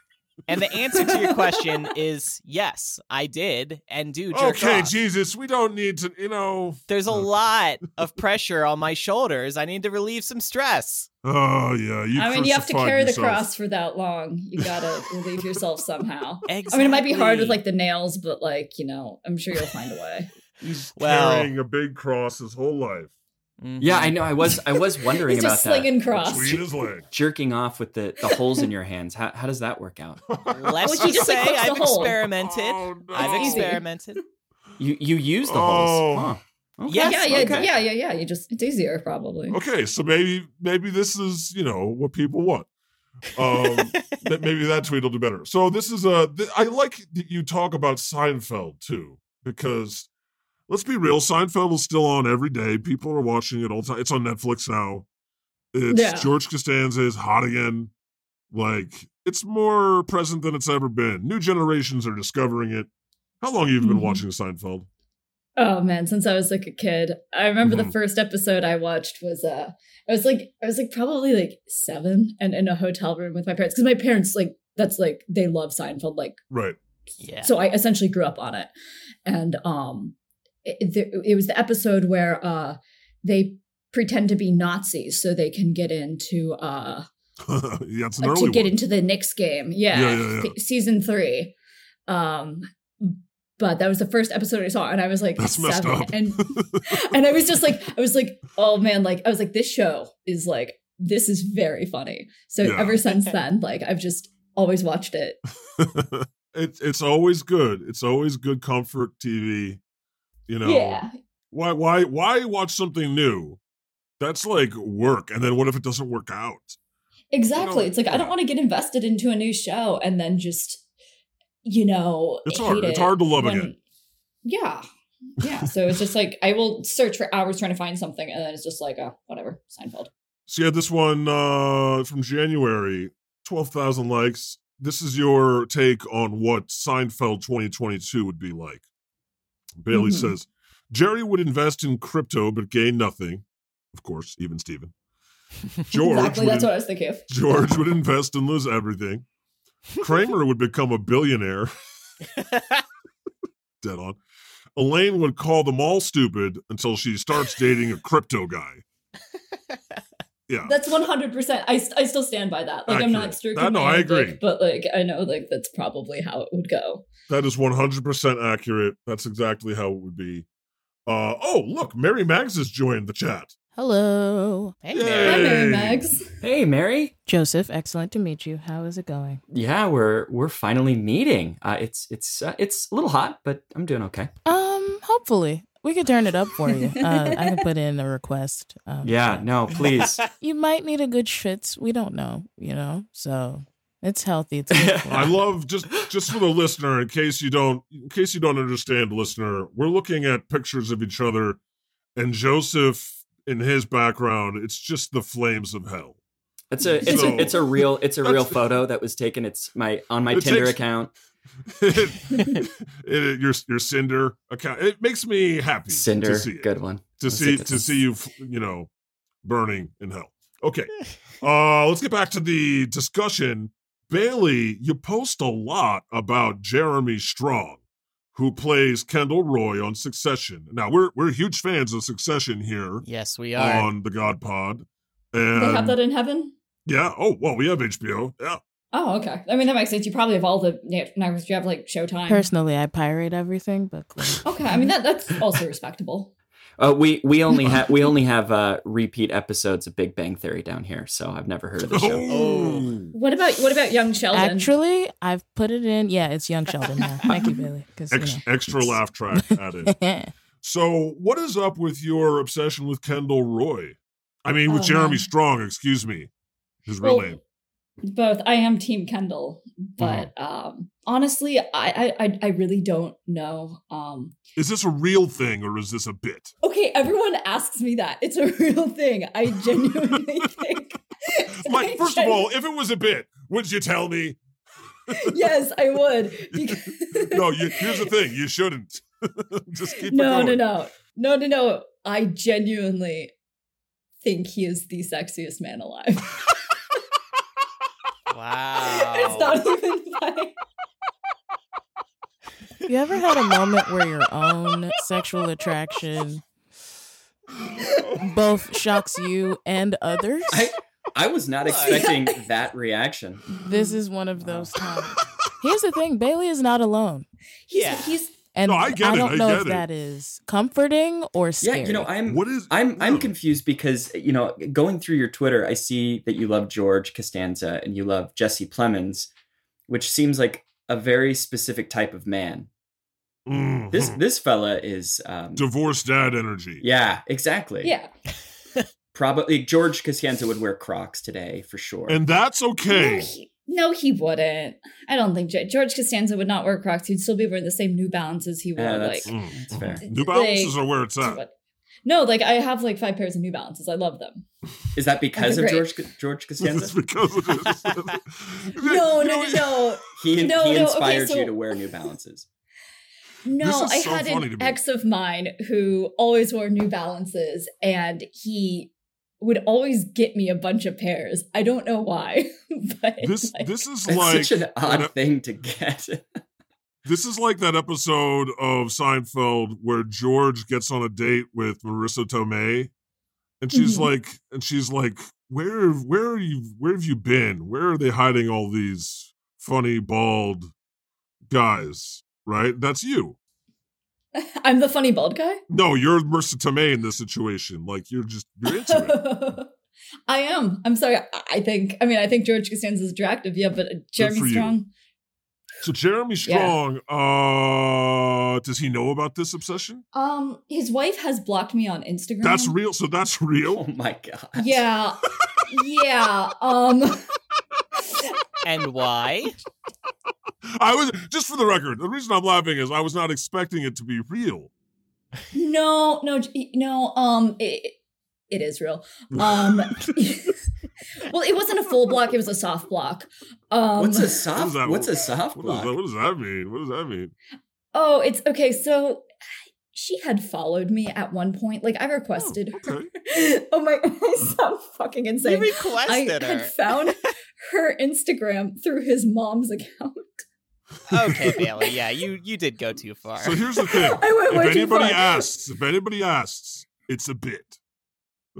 Speaker 1: And the answer to
Speaker 3: (laughs)
Speaker 1: your question is yes, I did and do jerk
Speaker 3: Okay,
Speaker 1: off.
Speaker 3: Jesus, we don't need to, you know.
Speaker 1: There's a lot
Speaker 3: (laughs)
Speaker 1: of pressure on my shoulders. I need to relieve some stress.
Speaker 3: Oh, yeah. You
Speaker 2: i mean you have to
Speaker 3: crucified
Speaker 2: carry the
Speaker 3: yourself.
Speaker 2: cross for that long you
Speaker 3: (laughs)
Speaker 2: gotta relieve yourself somehow
Speaker 1: Exactly.
Speaker 2: i mean it might be hard with like the nails but like you know i'm sure you'll find a way
Speaker 3: He's
Speaker 1: Well-
Speaker 3: carrying a big cross his whole life.
Speaker 1: Mhm.
Speaker 5: (laughs) Yeah, I know. I was I (laughs) was wondering
Speaker 2: He's
Speaker 5: about
Speaker 2: just
Speaker 5: that.
Speaker 2: slinging cross.
Speaker 3: Between his leg.
Speaker 5: Jerking off with the, the holes in your hands. How, how does that work out?
Speaker 1: Mm-hmm. Let's
Speaker 2: Would
Speaker 1: just,
Speaker 2: you just,
Speaker 1: say
Speaker 2: like, fix the
Speaker 1: I've
Speaker 2: hole?
Speaker 1: experimented.
Speaker 3: Oh, no.
Speaker 1: I've
Speaker 2: Easy.
Speaker 1: experimented.
Speaker 5: You
Speaker 3: (laughs)
Speaker 5: you use the
Speaker 3: Oh.
Speaker 5: holes. Huh. Okay.
Speaker 1: Yes,
Speaker 2: yeah yeah
Speaker 5: okay.
Speaker 2: yeah yeah yeah you just it's easier probably
Speaker 3: Okay, so maybe maybe this is you know what people want.
Speaker 2: (laughs)
Speaker 3: Um, that maybe that tweet will do better. So this is a th- I like that you talk about Seinfeld too because let's be real, Seinfeld is still on every day. People are watching it all the time. It's on Netflix now. It's
Speaker 2: Yeah.
Speaker 3: George Costanza is hot again. Like it's more present than it's ever been. New generations are discovering it. How long have you been
Speaker 2: Mhm.
Speaker 3: watching Seinfeld?
Speaker 2: Oh man, since I was like a kid, I remember
Speaker 3: Mhm.
Speaker 2: the first episode I watched was uh I was like I was like probably like 7 and in a hotel room with my parents cuz my parents like that's like they love Seinfeld like
Speaker 3: Right. (laughs)
Speaker 1: Yeah.
Speaker 2: so I essentially grew up on it. And um it, it- it was the episode where uh they pretend to be Nazis so they can get into uh
Speaker 3: yeah, it's an
Speaker 2: uh,
Speaker 3: early
Speaker 2: to get
Speaker 3: one.
Speaker 2: into the Knicks game. Yeah,
Speaker 3: Yeah, yeah, yeah.
Speaker 2: th- season three. Um, but that was the first episode I saw, and I was like
Speaker 3: That's messed
Speaker 2: seven,
Speaker 3: up.
Speaker 2: and
Speaker 3: (laughs)
Speaker 2: and I was just like, I was like, oh man, like I was like, this show is like, this is very funny. So
Speaker 3: Yeah.
Speaker 2: ever since then, like I've just always watched it.
Speaker 3: (laughs) it's it's always good. It's always good comfort TV. You know.
Speaker 2: Yeah,
Speaker 3: Why why why watch something new? That's like work. And then what if it doesn't work out?
Speaker 2: exactly.
Speaker 3: know,
Speaker 2: it's like I
Speaker 3: yeah.
Speaker 2: don't want to get invested into a new show and then just, you know,
Speaker 3: It's
Speaker 2: hate
Speaker 3: hard. It's
Speaker 2: it
Speaker 3: hard to love
Speaker 2: when-
Speaker 3: again.
Speaker 2: Yeah. Yeah. So it's just like I will search for hours trying to find something and then it's just like, oh, whatever, Seinfeld.
Speaker 3: So you had this one uh from January, twelve thousand likes. This is your take on what Seinfeld 2022 would be like. Bailey
Speaker 2: Mhm.
Speaker 3: says Jerry would invest in crypto but gain nothing. Of course, even Steven. George
Speaker 2: (laughs) exactly.
Speaker 3: would
Speaker 2: That's
Speaker 3: in-
Speaker 2: what I was thinking of.
Speaker 3: George would invest and lose everything. Kramer would become a billionaire. Dead on. Elaine would call them all stupid until she starts dating a crypto guy. Yeah.
Speaker 2: That's 100%. I, st- I still stand by that. Like, I'm
Speaker 3: Accurate.
Speaker 2: not stroking
Speaker 3: That- no,
Speaker 2: my
Speaker 3: I
Speaker 2: own
Speaker 3: agree.
Speaker 2: dick, but like, I know like that's probably how it would go.
Speaker 3: That is 100% accurate. That's exactly how it would be. Uh, oh, look, Mary Mags has joined the chat.
Speaker 4: Hello.
Speaker 1: Hey,
Speaker 3: Yay.
Speaker 1: Mary.
Speaker 2: Hi, Mary Megs.
Speaker 5: Hey, Mary.
Speaker 4: Joseph, excellent to meet you. How is it going?
Speaker 5: Yeah, we're we're finally meeting. Uh, it's it's uh, it's a little hot, but I'm doing okay.
Speaker 4: Um, hopefully. We could turn it up for (laughs) you. Uh, I can put in a request. Um,
Speaker 5: Yeah, no, please.
Speaker 4: You might need a good schwitz. We don't know, you know? So it's healthy. It's
Speaker 3: (laughs)
Speaker 4: good for
Speaker 3: I
Speaker 4: you.
Speaker 3: love just just for the listener in case you don't in case you don't understand listener we're looking at pictures of each other and Joseph in his background it's just the flames of hell.
Speaker 5: (laughs)
Speaker 3: (laughs)
Speaker 5: It's a it's a it's a real it's a real
Speaker 3: That's-
Speaker 5: photo that was taken. It's my on my
Speaker 3: It
Speaker 5: Tinder
Speaker 3: takes-
Speaker 5: account.
Speaker 3: it, it- your your Cinder account it makes me happy to
Speaker 5: Cinder,
Speaker 3: see it,
Speaker 5: good one.
Speaker 3: to
Speaker 5: That's a
Speaker 3: see
Speaker 5: good
Speaker 3: to
Speaker 5: one.
Speaker 3: see you f- you know burning in hell.
Speaker 2: (laughs)
Speaker 3: Okay. Uh let's get back to the discussion. Bailey, you post a lot about Jeremy Strong, who plays Kendall Roy on Succession. Now we're we're huge fans of Succession here
Speaker 1: Yes, we are.
Speaker 3: on the God Pod.
Speaker 2: They
Speaker 3: And
Speaker 2: have that in heaven?
Speaker 3: yeah, oh well, we have HBO. Yeah.
Speaker 2: Oh, okay. I mean, that makes sense. You probably have all the networks. You have like Showtime.
Speaker 4: Personally, I pirate everything, but (laughs) cool.
Speaker 2: okay. I mean, that that's also respectable.
Speaker 5: Uh, we we only have we only have uh, repeat episodes of Big Bang Theory down here, so I've never heard of the show.
Speaker 3: Oh.
Speaker 2: What about what about Young Sheldon?
Speaker 4: actually, I've put it in. Yeah, it's Young Sheldon now. Thank you, Bailey. 'cause, you
Speaker 3: Ex-
Speaker 4: know.
Speaker 3: extra
Speaker 2: (laughs)
Speaker 3: laugh track added.
Speaker 4: (laughs)
Speaker 3: So, what is up with your obsession with Kendall Roy? I mean, with
Speaker 2: Oh,
Speaker 3: Jeremy
Speaker 2: man.
Speaker 3: Strong, excuse me, his real
Speaker 2: Well,
Speaker 3: name.
Speaker 2: Both. I am Team Kendall, but
Speaker 3: Mm.
Speaker 2: um, honestly, I, I I- I really don't know. Um,
Speaker 3: Is this a real thing or is this
Speaker 2: (laughs)
Speaker 3: a bit?
Speaker 2: okay, everyone asks me that. It's a (laughs) real thing. I
Speaker 3: (laughs)
Speaker 2: genuinely think.
Speaker 3: Like, first of all, if it was a bit, would you tell me?
Speaker 2: yes, I
Speaker 3: (laughs)
Speaker 2: would. Because
Speaker 3: No, you, here's the thing: you shouldn't. (laughs) Just keep
Speaker 2: no,
Speaker 3: it
Speaker 2: no,
Speaker 3: going.
Speaker 2: no, no, no, no. I genuinely think he is the sexiest man alive. (laughs)
Speaker 1: Wow.
Speaker 3: Oh.
Speaker 2: it's not even funny.
Speaker 4: You ever had a moment where your own sexual attraction both shocks you and others?
Speaker 5: I I was not expecting that reaction.
Speaker 4: This is one of those times. Here's the thing Bailey is not alone.
Speaker 2: He's,
Speaker 1: Yeah.
Speaker 2: he's
Speaker 4: And
Speaker 3: No, I
Speaker 4: I,
Speaker 3: get it,
Speaker 4: don't
Speaker 3: I
Speaker 4: know
Speaker 3: get
Speaker 4: if
Speaker 3: it.
Speaker 4: that is comforting or scary.
Speaker 5: Yeah, you know I'm
Speaker 3: What is?
Speaker 5: I'm I'm
Speaker 3: no.
Speaker 5: confused because you know going through your Twitter, I see that you love George Costanza and you love Jesse Plemons, which seems like a very specific type of man.
Speaker 3: Mhm.
Speaker 5: This this fella is um,
Speaker 3: divorced dad energy.
Speaker 5: yeah exactly
Speaker 2: yeah.
Speaker 5: probably George Costanza would wear Crocs today for sure.
Speaker 3: and that's okay.
Speaker 2: No, he, no, he wouldn't. I don't think Ge- George Costanza would not wear Crocs. He'd still be wearing the same New Balances he wore.
Speaker 5: Yeah,
Speaker 2: like,
Speaker 5: that's-
Speaker 3: Mm.
Speaker 5: That's fair.
Speaker 3: New Balances are where it's at.
Speaker 2: what- no, like I have like five pairs of New Balances. I love them.
Speaker 5: Is that because of
Speaker 2: That's
Speaker 5: George George
Speaker 3: It's (laughs)
Speaker 5: Costanza?
Speaker 3: because of this.
Speaker 2: (laughs) No, no,
Speaker 3: (laughs) You know,
Speaker 2: no, no.
Speaker 5: He,
Speaker 2: No,
Speaker 5: he
Speaker 2: no, okay,
Speaker 5: inspired
Speaker 2: so-
Speaker 5: you to wear New Balances.
Speaker 3: (laughs)
Speaker 2: No,
Speaker 3: is
Speaker 2: I
Speaker 3: so
Speaker 2: had
Speaker 3: funny to
Speaker 2: an
Speaker 3: me.
Speaker 2: ex of mine who always wore New Balances, and he would always get me a bunch of pairs. I don't know why, (laughs) but
Speaker 3: This
Speaker 2: like,
Speaker 3: this is
Speaker 5: It's
Speaker 3: like
Speaker 5: such an odd
Speaker 3: when-
Speaker 5: thing to get. (laughs)
Speaker 3: This is like that episode of Seinfeld where George gets on a date with Marissa Tomei, and she's
Speaker 2: Mhm.
Speaker 3: like, and she's like, where, where are you? Where have you been? Where are they hiding all these funny bald guys? Right, that's you.
Speaker 2: I'm the funny bald guy.
Speaker 3: No, you're Marissa Tomei in this situation. Like you're just you're into
Speaker 2: (laughs)
Speaker 3: it.
Speaker 2: I am. I'm sorry. I- I think. I mean, I think George Costanza is attractive. Yeah, but
Speaker 3: for
Speaker 2: Jeremy
Speaker 3: you.
Speaker 2: Strong.
Speaker 3: So Jeremy Strong, uh, does he know about this obsession?
Speaker 2: Um, his wife has blocked me on Instagram.
Speaker 3: That's real. So that's real.
Speaker 5: Oh my god.
Speaker 2: Yeah, yeah. Um,
Speaker 1: and
Speaker 2: (laughs)
Speaker 1: why?
Speaker 3: (laughs) I was just for the record. The reason I'm laughing is I was not expecting it to be real.
Speaker 2: no, no, j- no. Um, it, it is real. Um, (laughs) well, it wasn't a full block; it was a soft block. Um,
Speaker 5: What's a
Speaker 3: What is
Speaker 5: soft?
Speaker 3: that?
Speaker 5: What's a
Speaker 3: (laughs)
Speaker 5: soft
Speaker 3: What does,
Speaker 5: block?
Speaker 3: that, what does that mean? What does that mean?
Speaker 2: oh, it's okay. So she had followed me at one point. Like I requested her.
Speaker 3: Okay.
Speaker 2: (laughs) oh my! I sound fucking
Speaker 1: You
Speaker 2: insane. I
Speaker 1: requested
Speaker 2: had
Speaker 1: her.
Speaker 2: found her Instagram through his mom's account.
Speaker 1: okay,
Speaker 2: (laughs)
Speaker 1: Bailey. Yeah, you you did go too far.
Speaker 3: So here's the thing.
Speaker 2: I went
Speaker 3: (laughs) if
Speaker 2: way too far.
Speaker 3: anybody asks, if anybody asks, it's a bit.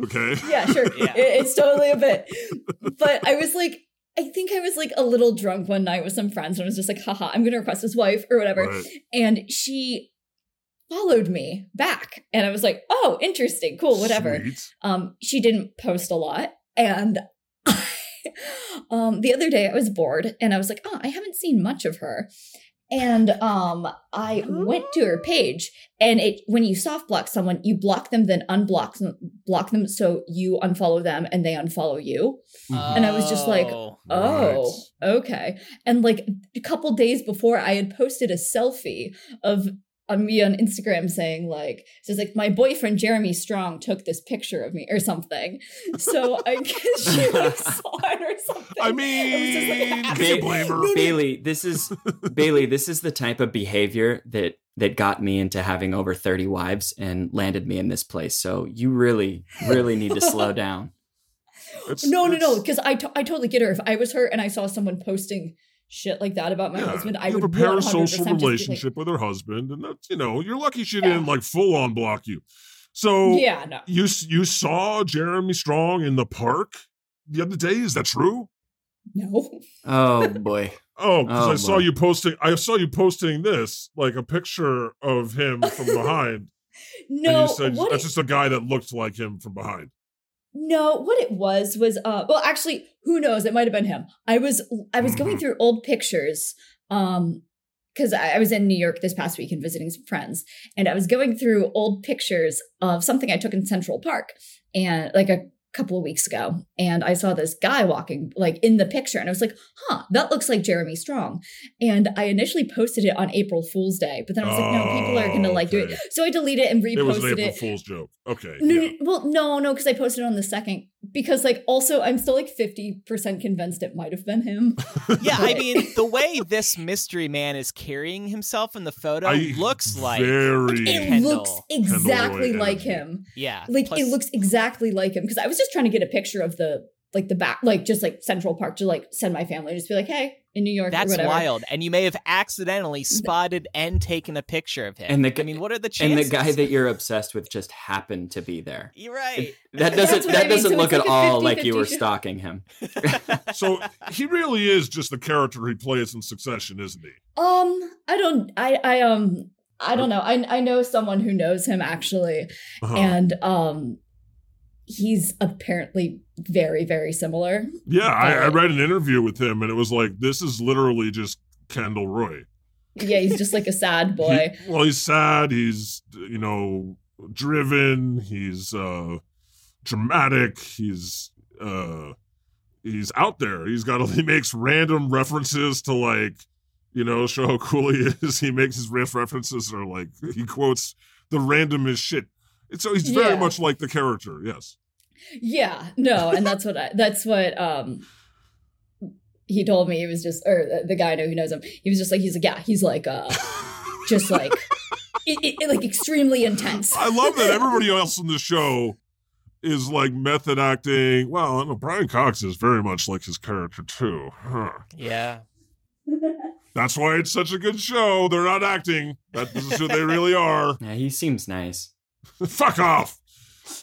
Speaker 3: Okay.
Speaker 2: (laughs) yeah,
Speaker 3: (laughs)
Speaker 2: sure.
Speaker 1: Yeah.
Speaker 2: It- it's totally a bit. But I was like, I think I was like a little drunk one night with some friends and I was just like, haha, I'm going to request his wife or whatever.
Speaker 3: Right.
Speaker 2: And she followed me back. And I was like, oh, interesting, cool, whatever.
Speaker 3: Sweet.
Speaker 2: Um, she didn't post a lot. And (laughs) um, the other day I was bored and I was like, oh, I haven't seen much of her. And um, I went to her page, and it when you soft block someone, you block them, then unblock them, block them, so you unfollow them and they unfollow you. And I was just like,
Speaker 1: Oh.
Speaker 2: Oh, okay. And like a couple days before, I had posted a selfie of on me on Instagram saying like, so it's like my boyfriend Jeremy Strong took this picture of me or something. So
Speaker 3: (laughs)
Speaker 2: I guess she like saw it or something.
Speaker 3: I
Speaker 2: It was just, like,
Speaker 3: mean,
Speaker 2: a-
Speaker 3: can
Speaker 5: Ba-
Speaker 3: you (laughs) blame
Speaker 2: (laughs)
Speaker 3: her?
Speaker 5: Bailey, this is Bailey, this is the type of behavior that that got me into having over 30 wives and landed me in this place. So you really really need
Speaker 2: (laughs)
Speaker 5: to slow down.
Speaker 3: It's-
Speaker 2: no, no, no,
Speaker 3: it's-
Speaker 2: because I to- I totally get her. If I was her and I saw someone posting shit like that about my
Speaker 3: yeah,
Speaker 2: husband, I
Speaker 3: you
Speaker 2: would
Speaker 3: repair a
Speaker 2: 100%
Speaker 3: social
Speaker 2: just be like-
Speaker 3: relationship with her husband, and that's you know, you're lucky she
Speaker 2: Yeah.
Speaker 3: didn't like full on block you. So
Speaker 2: yeah, no.
Speaker 3: you s- you saw Jeremy Strong in the park the other day. Is that true?
Speaker 2: No.
Speaker 5: Oh boy.
Speaker 3: Oh, because
Speaker 5: Oh,
Speaker 3: I saw
Speaker 5: boy.
Speaker 3: you posting. I saw you posting this, like a picture of him
Speaker 2: (laughs)
Speaker 3: from behind. and
Speaker 2: No.
Speaker 3: you said
Speaker 2: what
Speaker 3: that's
Speaker 2: it-
Speaker 3: just a guy that looked like him from behind.
Speaker 2: No, what it was was uh well actually who knows it might have been him. I was I was
Speaker 3: Mm.
Speaker 2: going through old pictures um because I, I was in New York this past week and visiting some friends and I was going through old pictures of something I took in Central Park and like a couple of weeks ago and I saw this guy walking like in the picture and I was like, "Huh, that looks like Jeremy Strong." And I initially posted it on April Fool's Day, but then I was like, "No, people are going to
Speaker 3: Oh,
Speaker 2: like do
Speaker 3: okay.
Speaker 2: it." So I deleted it and
Speaker 3: It was an
Speaker 2: reposted
Speaker 3: April
Speaker 2: it.
Speaker 3: Fool's joke. Okay.
Speaker 2: No,
Speaker 3: yeah.
Speaker 2: no, well, no, no, because I posted on the second. Because like, also, I'm still like 50 percent convinced it might have been him.
Speaker 1: (laughs) Yeah, I
Speaker 2: (laughs)
Speaker 1: mean, the way this mystery man is carrying himself in the photo
Speaker 3: I
Speaker 1: looks like.
Speaker 2: (laughs)
Speaker 3: very (laughs)
Speaker 2: It
Speaker 1: Kendall.
Speaker 2: looks exactly
Speaker 3: Kendall Roy
Speaker 2: like
Speaker 3: energy.
Speaker 2: him.
Speaker 1: yeah.
Speaker 2: Like
Speaker 1: plus-
Speaker 2: it looks exactly like him. Because I was just trying to get a picture of the like the back, like just like Central Park to like send my family, just be like, hey, in New York, or
Speaker 1: That's
Speaker 2: whatever.
Speaker 1: wild. And you may have accidentally spotted and taken a picture of him.
Speaker 5: And the gu-
Speaker 1: I mean, what are the
Speaker 5: And
Speaker 1: chances?
Speaker 5: the guy that you're obsessed with just happened to be there.
Speaker 1: You're right.
Speaker 2: That's
Speaker 5: That
Speaker 2: what
Speaker 5: doesn't that
Speaker 2: I mean.
Speaker 5: doesn't
Speaker 2: So
Speaker 5: look
Speaker 2: it's like
Speaker 5: at
Speaker 2: a
Speaker 5: all like you
Speaker 2: 50-50
Speaker 5: were
Speaker 2: shot.
Speaker 5: stalking him.
Speaker 3: So he really is just the character he plays in Succession, isn't he?
Speaker 2: Um, I don't, I, I, um, I don't know. I, I know someone who knows him actually,
Speaker 3: Uh-huh.
Speaker 2: and um, he's apparently very, very similar.
Speaker 3: yeah, I, I
Speaker 2: Barrett.
Speaker 3: read an interview with him, and it was like this is literally just Kendall Roy.
Speaker 2: Yeah, he's just like
Speaker 1: (laughs)
Speaker 2: a sad boy.
Speaker 3: He- well, he's sad. He's you know driven. He's uh dramatic. He's uh he's out there. He's got (laughs) he makes random references to like you know show how cool he (laughs) is. He makes his riff references or like he quotes the randomest shit. And so he's very
Speaker 2: Yeah.
Speaker 3: much like the character. Yes.
Speaker 2: yeah, no, and that's what I, that's what um he told me. He was just or the, the guy I know who knows him. He was just like he's like yeah, he's like uh just
Speaker 5: (laughs)
Speaker 2: like it, it- it, like extremely intense.
Speaker 3: I love
Speaker 2: (laughs)
Speaker 3: that everybody else in the show is like method acting. Well, I know Brian Cox is very much like his character too. Huh.
Speaker 1: yeah.
Speaker 3: That's why it's such a good show. They're not acting. That this is who they really
Speaker 5: (laughs)
Speaker 3: are.
Speaker 5: yeah, he seems nice.
Speaker 3: Fuck off.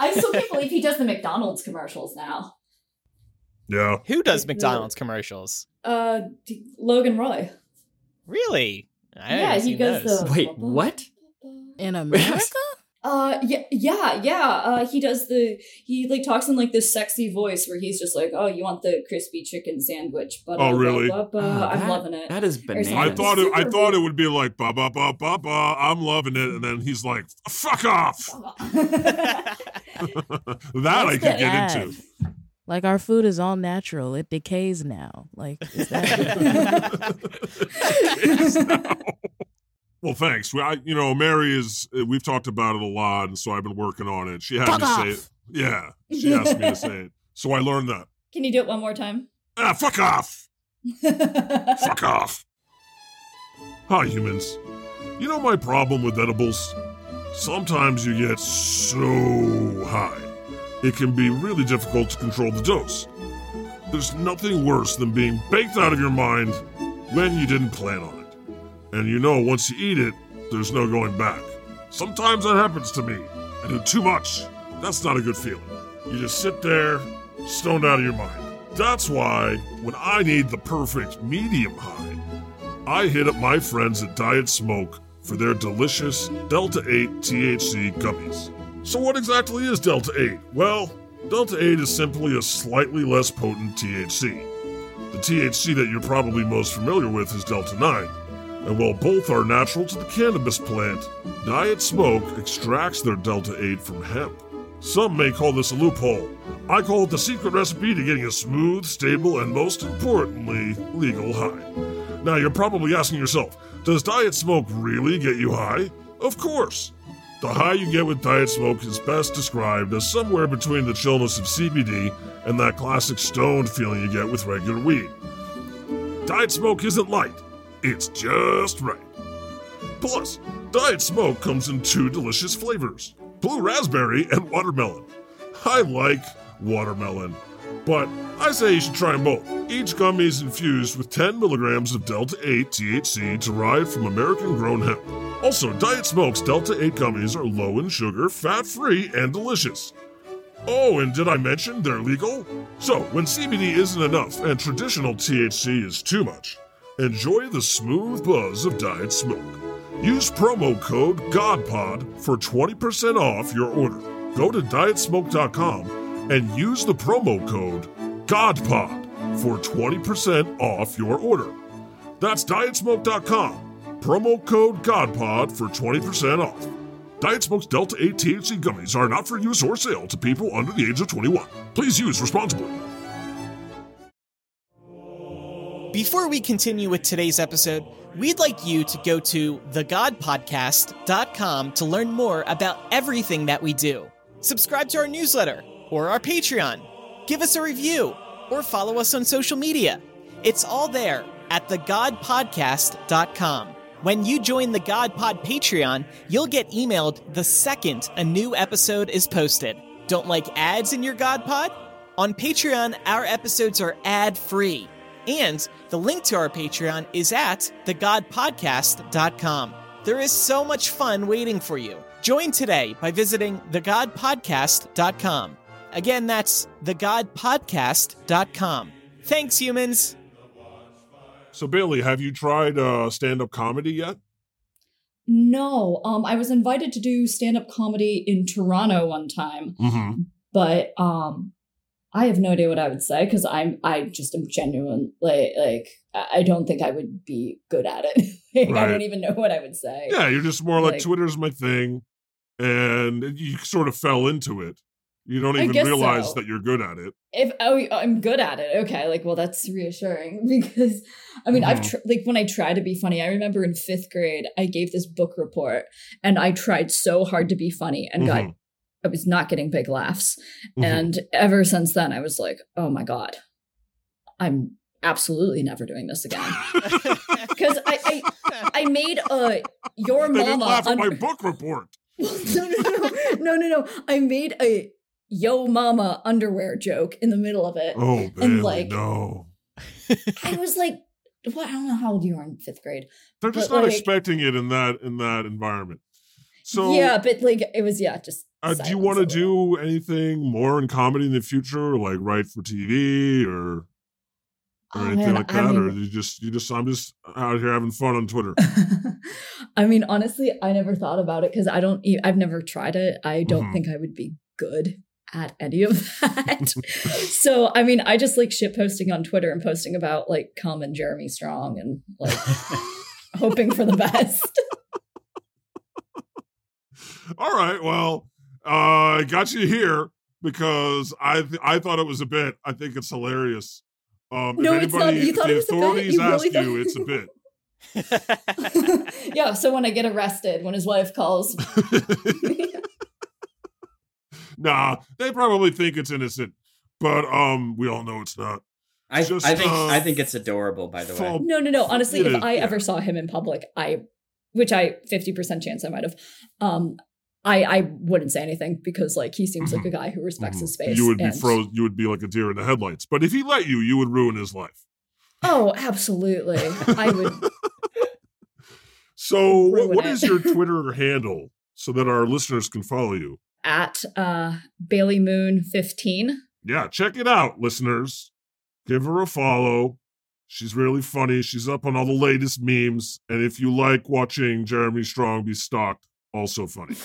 Speaker 2: I still can't believe he does the McDonald's commercials now.
Speaker 3: Yeah.
Speaker 1: Who does
Speaker 2: Yeah.
Speaker 1: McDonald's commercials?
Speaker 2: Uh, D- Logan Roy.
Speaker 1: Really? I haven't
Speaker 2: yeah, he
Speaker 1: seen
Speaker 2: goes
Speaker 1: those.
Speaker 2: the
Speaker 5: Wait, what?
Speaker 4: In America?
Speaker 2: Uh, yeah, yeah, yeah. Uh, he does the he like talks in like this sexy voice where he's just like, "Oh, you want the crispy chicken sandwich?" But
Speaker 3: Oh, really?
Speaker 5: Oh,
Speaker 2: I'm
Speaker 5: that-
Speaker 2: loving it.
Speaker 5: That is
Speaker 2: Or
Speaker 5: bananas.
Speaker 2: something.
Speaker 3: I thought it, I thought it would be like ba ba ba ba ba. I'm loving it, and then he's like, "Fuck off."
Speaker 2: (laughs)
Speaker 5: (laughs)
Speaker 2: that
Speaker 3: that I could
Speaker 4: That's
Speaker 3: get
Speaker 4: the ad.
Speaker 3: into.
Speaker 4: Like our food is all natural. It decays now. Like is that
Speaker 1: (laughs)
Speaker 2: (laughs)
Speaker 3: (laughs) Jeez, no. Well, thanks. We, I, you know, Mary is. uh, We've talked about it a lot, and so I've been working on it. She had
Speaker 4: Fuck
Speaker 3: me
Speaker 4: off.
Speaker 3: say it. Yeah, she asked me to say it, so I learned that.
Speaker 2: Can you do it one more time?
Speaker 3: Ah, fuck off! Fuck off! Hi, humans. You know my problem with edibles. Sometimes you get so high, it can be really difficult to control the dose. There's nothing worse than being baked out of your mind when you didn't plan on it. And you know, once you eat it, there's no going back. Sometimes that happens to me. I do too much. That's not a good feeling. You just sit there, stoned out of your mind. That's why, when I need the perfect medium high, I hit up my friends at Diet Smoke for their delicious Delta 8 THC gummies. So, what exactly is Delta 8? Well, Delta 8 is simply a slightly less potent THC. The THC that you're probably most familiar with is Delta 9. And while both are natural to the cannabis plant, Diet Smoke extracts their Delta 8 from hemp. Some may call this a loophole. I call it the secret recipe to getting a smooth, stable, and most importantly, legal high. Now, you're probably asking yourself, does diet smoke really get you high? Of course. The high you get with diet smoke is best described as somewhere between the chillness of CBD and that classic stoned feeling you get with regular weed. Diet smoke isn't light, it's just right. Plus, diet smoke comes in two delicious flavors blue raspberry and watermelon. I like watermelon, but I say you should try them both. Each gummy is infused with 10 milligrams of Delta 8 THC derived from American grown hemp. Also, Diet Smoke's Delta 8 gummies are low in sugar, fat free, and delicious. Oh, and did I mention they're legal? So, when CBD isn't enough and traditional THC is too much, enjoy the smooth buzz of Diet Smoke. Use promo code GODPOD for 20% off your order. Go to dietsmoke.com and use the promo code GODPOD for 20% off your order. That's dietsmoke.com, promo code GODPOD for 20% off. Diet Smoke's Delta 8 THC gummies are not for use or sale to people under the age of 21. Please use responsibly.
Speaker 1: Before we continue with today's episode, we'd like you to go to thegodpodcast.com to learn more about everything that we do. Subscribe to our newsletter or our Patreon. Give us a review or follow us on social media. It's all there at thegodpodcast.com. When you join the God Pod Patreon, you'll get emailed the second a new episode is posted. Don't like ads in your God Pod? On Patreon, our episodes are ad free. And the link to our Patreon is at thegodpodcast.com. There is so much fun waiting for you. Join today by visiting thegodpodcast.com. Again, that's thegodpodcast.com. Thanks, humans.
Speaker 3: So, Bailey, have you tried uh, stand up comedy yet?
Speaker 2: No, um, I was invited to do stand up comedy in Toronto one time,
Speaker 3: Mm-hmm.
Speaker 2: but um, I have no idea what I would say because I'm I just am genuinely like I I don't think I would be good at it. (laughs) like, I
Speaker 3: Right.
Speaker 2: don't even know what I would say.
Speaker 3: Yeah, you're just more like,
Speaker 2: Like-
Speaker 3: Twitter's my thing, and you sort of fell into it. You don't
Speaker 2: I
Speaker 3: even
Speaker 2: guess
Speaker 3: realize
Speaker 2: so.
Speaker 3: that you're good at it.
Speaker 2: if oh I'm good at it, okay, like well that's reassuring (laughs) because I mean I've
Speaker 3: Mhm.
Speaker 2: tr- like when I try to be funny, I remember in fifth grade I gave this book report and I tried so hard to be funny and got
Speaker 3: Mhm.
Speaker 2: I was not getting big laughs
Speaker 3: Mhm. (laughs)
Speaker 2: and ever since then I was like oh my god I'm absolutely never doing this (laughs)
Speaker 3: (laughs)
Speaker 2: again because I, I I made a your
Speaker 3: they didn't
Speaker 2: mama
Speaker 3: laugh at
Speaker 2: un-
Speaker 3: my book report.
Speaker 2: well, (laughs) no, no, no, no, no, no. I made a yo mama underwear joke in the middle of it.
Speaker 3: Oh, Bailey,
Speaker 2: And, like-
Speaker 3: no.
Speaker 2: I was like, well, I don't know how old you are in fifth grade.
Speaker 3: They're just
Speaker 2: but,
Speaker 3: not
Speaker 2: like-
Speaker 3: expecting it in that in that environment. So,
Speaker 2: yeah, but like it was, yeah, just.
Speaker 3: uh, do you
Speaker 2: silence
Speaker 3: want
Speaker 2: a
Speaker 3: to
Speaker 2: little.
Speaker 3: do anything more in comedy in the future, like write for TV or or
Speaker 2: Oh,
Speaker 3: anything
Speaker 2: man,
Speaker 3: like
Speaker 2: I
Speaker 3: that, or
Speaker 2: mean-
Speaker 3: you just you just I'm just out here having fun on Twitter.
Speaker 2: (laughs) I mean, honestly, I never thought about it because I don't. e- I've never tried it. I don't
Speaker 3: Mhm.
Speaker 2: think I would be good at any of that. (laughs) so, I mean, I just like shit posting on Twitter and posting about like common Jeremy Strong and
Speaker 3: (laughs)
Speaker 2: like hoping for the best. (laughs)
Speaker 3: All right. Well, uh, I got you here because I th- I thought it was a bit. I think it's hilarious. Um,
Speaker 2: No,
Speaker 3: if
Speaker 2: it's not.
Speaker 3: anybody,
Speaker 2: You
Speaker 3: if
Speaker 2: thought
Speaker 3: the
Speaker 2: it was a bit?
Speaker 3: authorities
Speaker 2: You really
Speaker 3: ask
Speaker 2: thought-
Speaker 3: you, it's a
Speaker 2: (laughs)
Speaker 3: bit.
Speaker 2: yeah. So when I get arrested, when his wife calls,
Speaker 3: Nah, they probably think it's innocent, but um, we all know it's not.
Speaker 5: I,
Speaker 3: Just,
Speaker 5: I think
Speaker 3: uh,
Speaker 5: I think it's adorable. By the way,
Speaker 3: Fall-
Speaker 2: no, no, no. Honestly,
Speaker 3: It
Speaker 2: if
Speaker 3: is,
Speaker 2: I
Speaker 3: yeah.
Speaker 2: ever saw him in public, I, which I fifty percent chance I might have, um, I I wouldn't say anything because like he seems like a guy who respects his
Speaker 3: Mhm.
Speaker 2: space.
Speaker 3: Mm-hmm. You would be
Speaker 2: and-
Speaker 3: froze. You would be like a deer in the headlights. But if he let you, you would ruin his life.
Speaker 2: Oh, absolutely. I would.
Speaker 3: So, what,
Speaker 2: Ruin
Speaker 3: what
Speaker 2: it.
Speaker 3: is your Twitter handle so that our listeners can follow you?
Speaker 2: at uh Bailey Moon 15.
Speaker 3: Yeah, check it out, listeners. Give her a follow. She's really funny. She's up on all the latest memes. And if you like watching Jeremy Strong be stalked, also funny.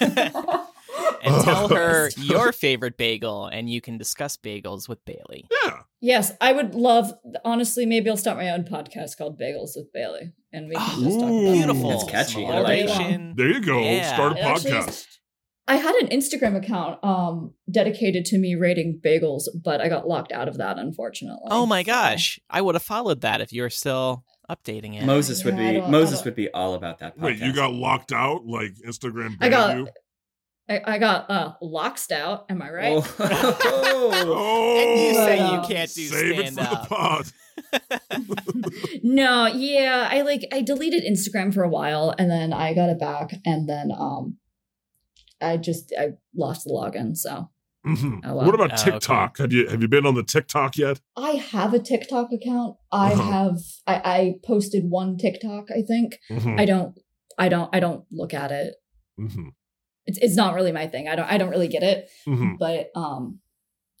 Speaker 1: and tell her your favorite bagel, and you can discuss bagels with Bailey. (laughs)
Speaker 3: Yeah.
Speaker 2: Yes, I would love. Honestly, maybe I'll start my own podcast called Bagels with Bailey, and we
Speaker 1: Oh,
Speaker 2: can just talk about
Speaker 1: Beautiful.
Speaker 5: That's catchy.
Speaker 1: Some
Speaker 5: I like that.
Speaker 1: alliteration.
Speaker 3: There you go.
Speaker 1: Yeah.
Speaker 3: Start a
Speaker 2: It actually is-
Speaker 3: podcast.
Speaker 2: I had an Instagram account um dedicated to me rating bagels, but I got locked out of that unfortunately.
Speaker 1: Oh my gosh. I would have followed that if you were still updating it.
Speaker 5: Moses would
Speaker 2: Yeah, I
Speaker 5: be
Speaker 2: don't- I
Speaker 5: Moses
Speaker 2: don't-
Speaker 5: would be all about that podcast.
Speaker 3: Wait, you got locked out? Like Instagram banned
Speaker 2: I got-
Speaker 3: you?
Speaker 2: I, I got uh locked out. Am I right? (laughs)
Speaker 5: Oh.
Speaker 3: (laughs) Oh,
Speaker 1: and you say you
Speaker 2: Oh.
Speaker 1: can't do
Speaker 3: save it
Speaker 1: stand
Speaker 3: for the
Speaker 1: up.
Speaker 3: pod.
Speaker 2: no, yeah, I like I deleted Instagram for a while, and then I got it back, and then um, I just I lost the login. So
Speaker 3: Mhm.
Speaker 2: Oh, wow.
Speaker 3: What about
Speaker 1: Oh, okay.
Speaker 3: TikTok? Have you have you been on the TikTok yet?
Speaker 2: I have a TikTok account. I
Speaker 3: Uh-huh.
Speaker 2: have I, I posted one TikTok. I think
Speaker 3: Mhm.
Speaker 2: I don't I don't I don't look at it.
Speaker 3: Mhm.
Speaker 2: It's it's not really my thing. I don't I don't really get it.
Speaker 3: Mhm.
Speaker 2: But um,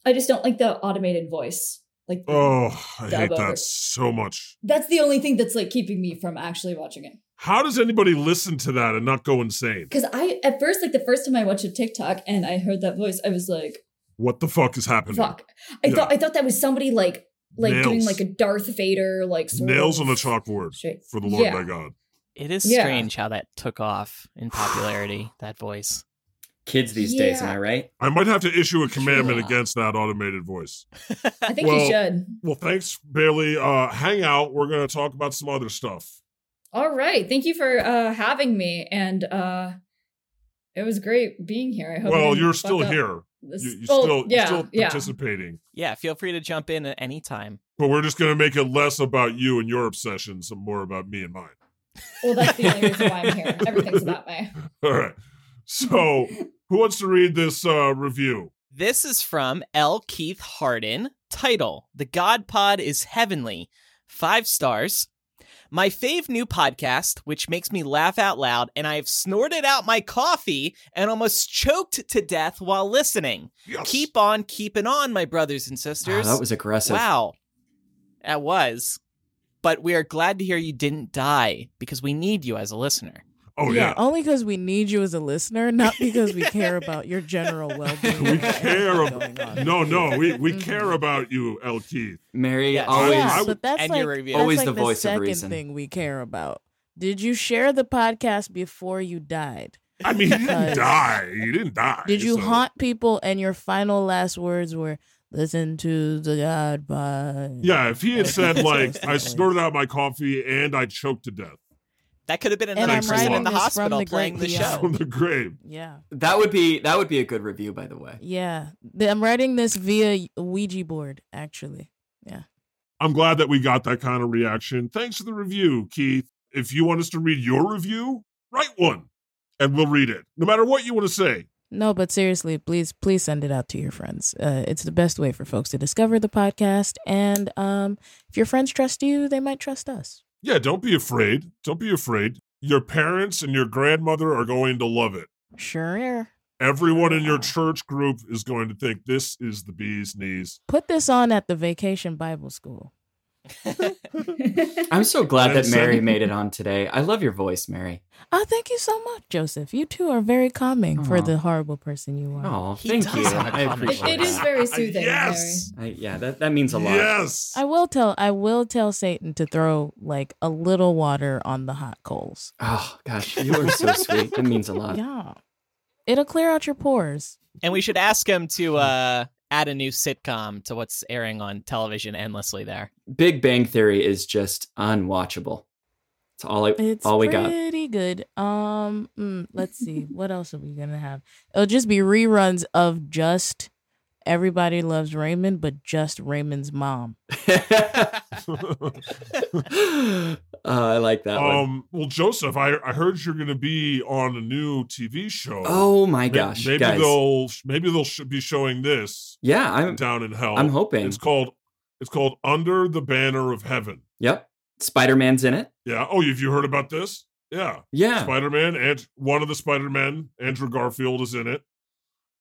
Speaker 2: I just don't like the automated voice. Like
Speaker 3: Oh, I
Speaker 2: Dub
Speaker 3: hate
Speaker 2: over.
Speaker 3: that so much.
Speaker 2: that's the only thing that's like keeping me from actually watching it.
Speaker 3: How does anybody listen to that and not go insane?
Speaker 2: Because I, at first, like the first time I watched a TikTok and I heard that voice, I was like,
Speaker 3: What the fuck is happening?
Speaker 2: "Fuck!" I
Speaker 3: Yeah.
Speaker 2: thought I thought that was somebody like like doing
Speaker 3: Nails.
Speaker 2: like a Darth Vader like sort
Speaker 3: Nails
Speaker 2: of
Speaker 3: on the chalkboard.
Speaker 2: shit.
Speaker 3: For the Lord
Speaker 2: Yeah.
Speaker 3: thy God.
Speaker 1: It is
Speaker 2: Yeah.
Speaker 1: strange how that took off in popularity, that voice.
Speaker 5: Kids these days, am
Speaker 2: Yeah.
Speaker 5: I right?
Speaker 3: I might have to issue a commandment
Speaker 2: Yeah.
Speaker 3: against that automated voice.
Speaker 2: I think
Speaker 3: Well-
Speaker 2: you should.
Speaker 3: Well, thanks, Bailey. Uh, hang out. We're going to talk about some other stuff.
Speaker 2: All right, thank you for uh having me, and uh it was great being here. I hope. I
Speaker 3: well,
Speaker 2: didn't
Speaker 3: you're
Speaker 2: fuck
Speaker 3: still
Speaker 2: up
Speaker 3: here.
Speaker 2: this-
Speaker 3: You, you're
Speaker 2: Oh,
Speaker 3: still,
Speaker 2: yeah,
Speaker 3: you're still
Speaker 2: yeah.
Speaker 3: participating.
Speaker 1: Yeah, feel free to jump in at any time.
Speaker 3: But we're just going to make it less about you and your obsessions and more about me and mine. (laughs)
Speaker 2: Well, that's the only reason why I'm here. Everything's about me.
Speaker 3: All right.
Speaker 2: (laughs)
Speaker 3: So, who wants to read this uh, review?
Speaker 1: This is from L. Keith Hardin. Title The God Pod is Heavenly. Five stars. My fave new podcast, which makes me laugh out loud, and I have snorted out my coffee and almost choked to death while listening.
Speaker 3: Yes.
Speaker 1: Keep on keeping on, my brothers and
Speaker 5: Wow,
Speaker 1: sisters.
Speaker 5: that was aggressive.
Speaker 1: Wow. That was. But we are glad to hear you didn't die because we need you as a listener.
Speaker 3: oh, yeah.
Speaker 4: Only because we need you as a listener, not because we care about your
Speaker 3: (laughs)
Speaker 4: general well being.
Speaker 3: We care about. (laughs) No, no. We, we
Speaker 4: Mhm.
Speaker 3: care about you, El Keith.
Speaker 5: Mary
Speaker 1: Yes.
Speaker 5: always
Speaker 4: yeah,
Speaker 3: would-
Speaker 4: but that's
Speaker 1: and
Speaker 4: like,
Speaker 1: your review.
Speaker 4: that's
Speaker 5: Always
Speaker 4: like
Speaker 5: the voice of
Speaker 4: second
Speaker 5: reason.
Speaker 4: thing we care about. Did you share the podcast before you died?
Speaker 3: I mean, he didn't
Speaker 4: Because-
Speaker 3: die. He didn't die.
Speaker 4: Did you
Speaker 3: so-
Speaker 4: haunt people and your final last words were "Listen to the God Pod"?
Speaker 3: Yeah, if he had
Speaker 4: Okay, (laughs)
Speaker 3: said,
Speaker 4: that's what I
Speaker 3: like,
Speaker 4: was
Speaker 3: I
Speaker 4: thinking.
Speaker 3: snorted out my coffee and I choked to death
Speaker 1: That could have been
Speaker 4: And
Speaker 1: another
Speaker 3: I'm
Speaker 1: person in
Speaker 3: writing
Speaker 1: the
Speaker 4: this from
Speaker 1: hospital
Speaker 4: the
Speaker 1: playing the
Speaker 4: great
Speaker 1: show.
Speaker 3: (laughs) from the grave.
Speaker 4: yeah,
Speaker 5: That would be that would be a good review, by the
Speaker 4: (laughs)
Speaker 5: way.
Speaker 4: yeah. The- I'm writing this via Ouija board, actually.
Speaker 3: I'm glad that we got that kind of reaction. Thanks for the review, Keith. If you want us to read your review, write one and we'll read it. No matter what you want to say.
Speaker 4: No, but seriously, please, please send it out to your friends. Uh, it's the best way for folks to discover the podcast, and um, if your friends trust you, they might trust us.
Speaker 3: Yeah, don't be afraid. Don't be afraid. Your parents and your grandmother are going to love it.
Speaker 4: Sure. are.
Speaker 3: Everyone in your church group is going to think this is the bee's knees.
Speaker 4: Put this on at the Vacation Bible School.
Speaker 5: I'm so glad that
Speaker 3: Yes.
Speaker 5: Mary made it on today. I love your voice, Mary.
Speaker 4: Oh, thank you so much, Joseph. You two are very calming for
Speaker 5: Aw.
Speaker 4: the horrible person you are.
Speaker 5: Oh,
Speaker 1: He
Speaker 5: thank
Speaker 1: does
Speaker 5: you.
Speaker 1: have a
Speaker 5: I
Speaker 1: common
Speaker 5: appreciate
Speaker 2: It, it is
Speaker 5: that.
Speaker 2: very soothing.
Speaker 3: yes.
Speaker 5: I, yeah, that, that means a lot.
Speaker 3: Yes.
Speaker 4: (laughs)
Speaker 3: (laughs)
Speaker 4: I will tell. I will tell Satan to throw like a little water on the hot coals.
Speaker 5: Oh gosh, you are so sweet. That means a lot.
Speaker 4: Yeah, it'll clear out your pores.
Speaker 1: And we should ask him to uh, add a new sitcom to what's airing on television endlessly there.
Speaker 5: Big Bang Theory is just unwatchable. It's all I,
Speaker 4: It's
Speaker 5: all we got.
Speaker 4: pretty good. Um, mm, let's see. (laughs) what else are we gonna have? It'll just be reruns of just Everybody Loves Raymond, but just Raymond's mom.
Speaker 5: (laughs) oh, I like that one.
Speaker 3: um, well, Joseph, I, I heard you're going to be on a new TV show.
Speaker 5: Oh my
Speaker 3: May-
Speaker 5: gosh,
Speaker 3: Maybe
Speaker 5: guys.
Speaker 3: they'll maybe they'll sh- be showing this
Speaker 5: Yeah, I'm
Speaker 3: down in hell.
Speaker 5: I'm hoping.
Speaker 3: It's called it's called Under the Banner of Heaven.
Speaker 5: Yep. Spider-Man's in it.
Speaker 3: Yeah. Oh, have you heard about this? Yeah.
Speaker 5: Yeah.
Speaker 3: Spider Man and one of the Spider Men, Andrew Garfield, is in it.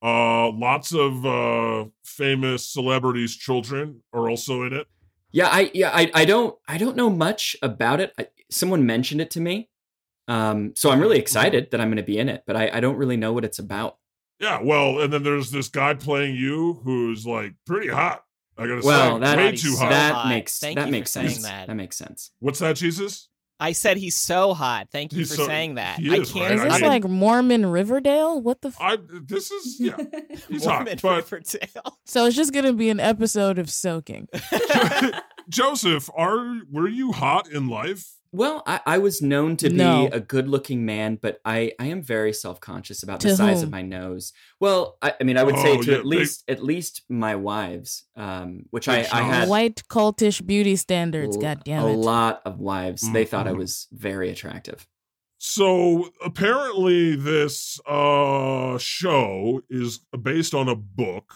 Speaker 3: Uh, lots of uh, famous celebrities' children are also in it.
Speaker 5: Yeah, I yeah, I, I don't I don't know much about it. I, someone mentioned it to me. Um, so I'm really excited that I'm going to be in it, but I, I don't really know what it's about.
Speaker 3: Yeah, well, and then there's this guy playing you who's like pretty hot. I gotta
Speaker 5: Well,
Speaker 3: say,
Speaker 5: that-
Speaker 3: way too hot.
Speaker 5: that
Speaker 1: hot.
Speaker 5: makes
Speaker 1: Thank
Speaker 5: that
Speaker 1: you
Speaker 5: makes
Speaker 1: for saying
Speaker 5: sense.
Speaker 1: that.
Speaker 5: That. makes sense.
Speaker 3: What's that, Jesus?
Speaker 1: I said he's so hot. Thank you
Speaker 3: He's
Speaker 1: for
Speaker 3: so-
Speaker 1: saying that.
Speaker 3: he
Speaker 1: I
Speaker 3: is,
Speaker 1: can't.
Speaker 3: right?
Speaker 4: Is
Speaker 3: I
Speaker 4: this
Speaker 3: mean-
Speaker 4: like Mormon Riverdale? What the? F-
Speaker 5: Uh,
Speaker 3: I this
Speaker 5: (laughs)
Speaker 3: is yeah, he's hot.
Speaker 1: Mormon
Speaker 3: But
Speaker 1: Riverdale.
Speaker 4: so it's just gonna be an episode of soaking.
Speaker 5: (laughs)
Speaker 3: (laughs) Joseph, are were you hot in life?
Speaker 5: Well, I, I was known to
Speaker 4: No.
Speaker 5: be a good-looking man, but I, I am very self-conscious about
Speaker 4: To
Speaker 5: the size
Speaker 4: whom?
Speaker 5: of my nose. Well, I, I mean, I would say
Speaker 3: Oh,
Speaker 5: to
Speaker 3: yeah,
Speaker 5: at
Speaker 3: big-
Speaker 5: least at least my wives, um, which I,
Speaker 3: Big
Speaker 5: I
Speaker 3: shots.
Speaker 5: had
Speaker 4: White cultish beauty standards.
Speaker 5: l-
Speaker 4: God damn
Speaker 5: a
Speaker 4: it.
Speaker 5: lot of wives. They thought I
Speaker 3: Mhm.
Speaker 5: was very attractive.
Speaker 3: So apparently, this uh, show is based on a book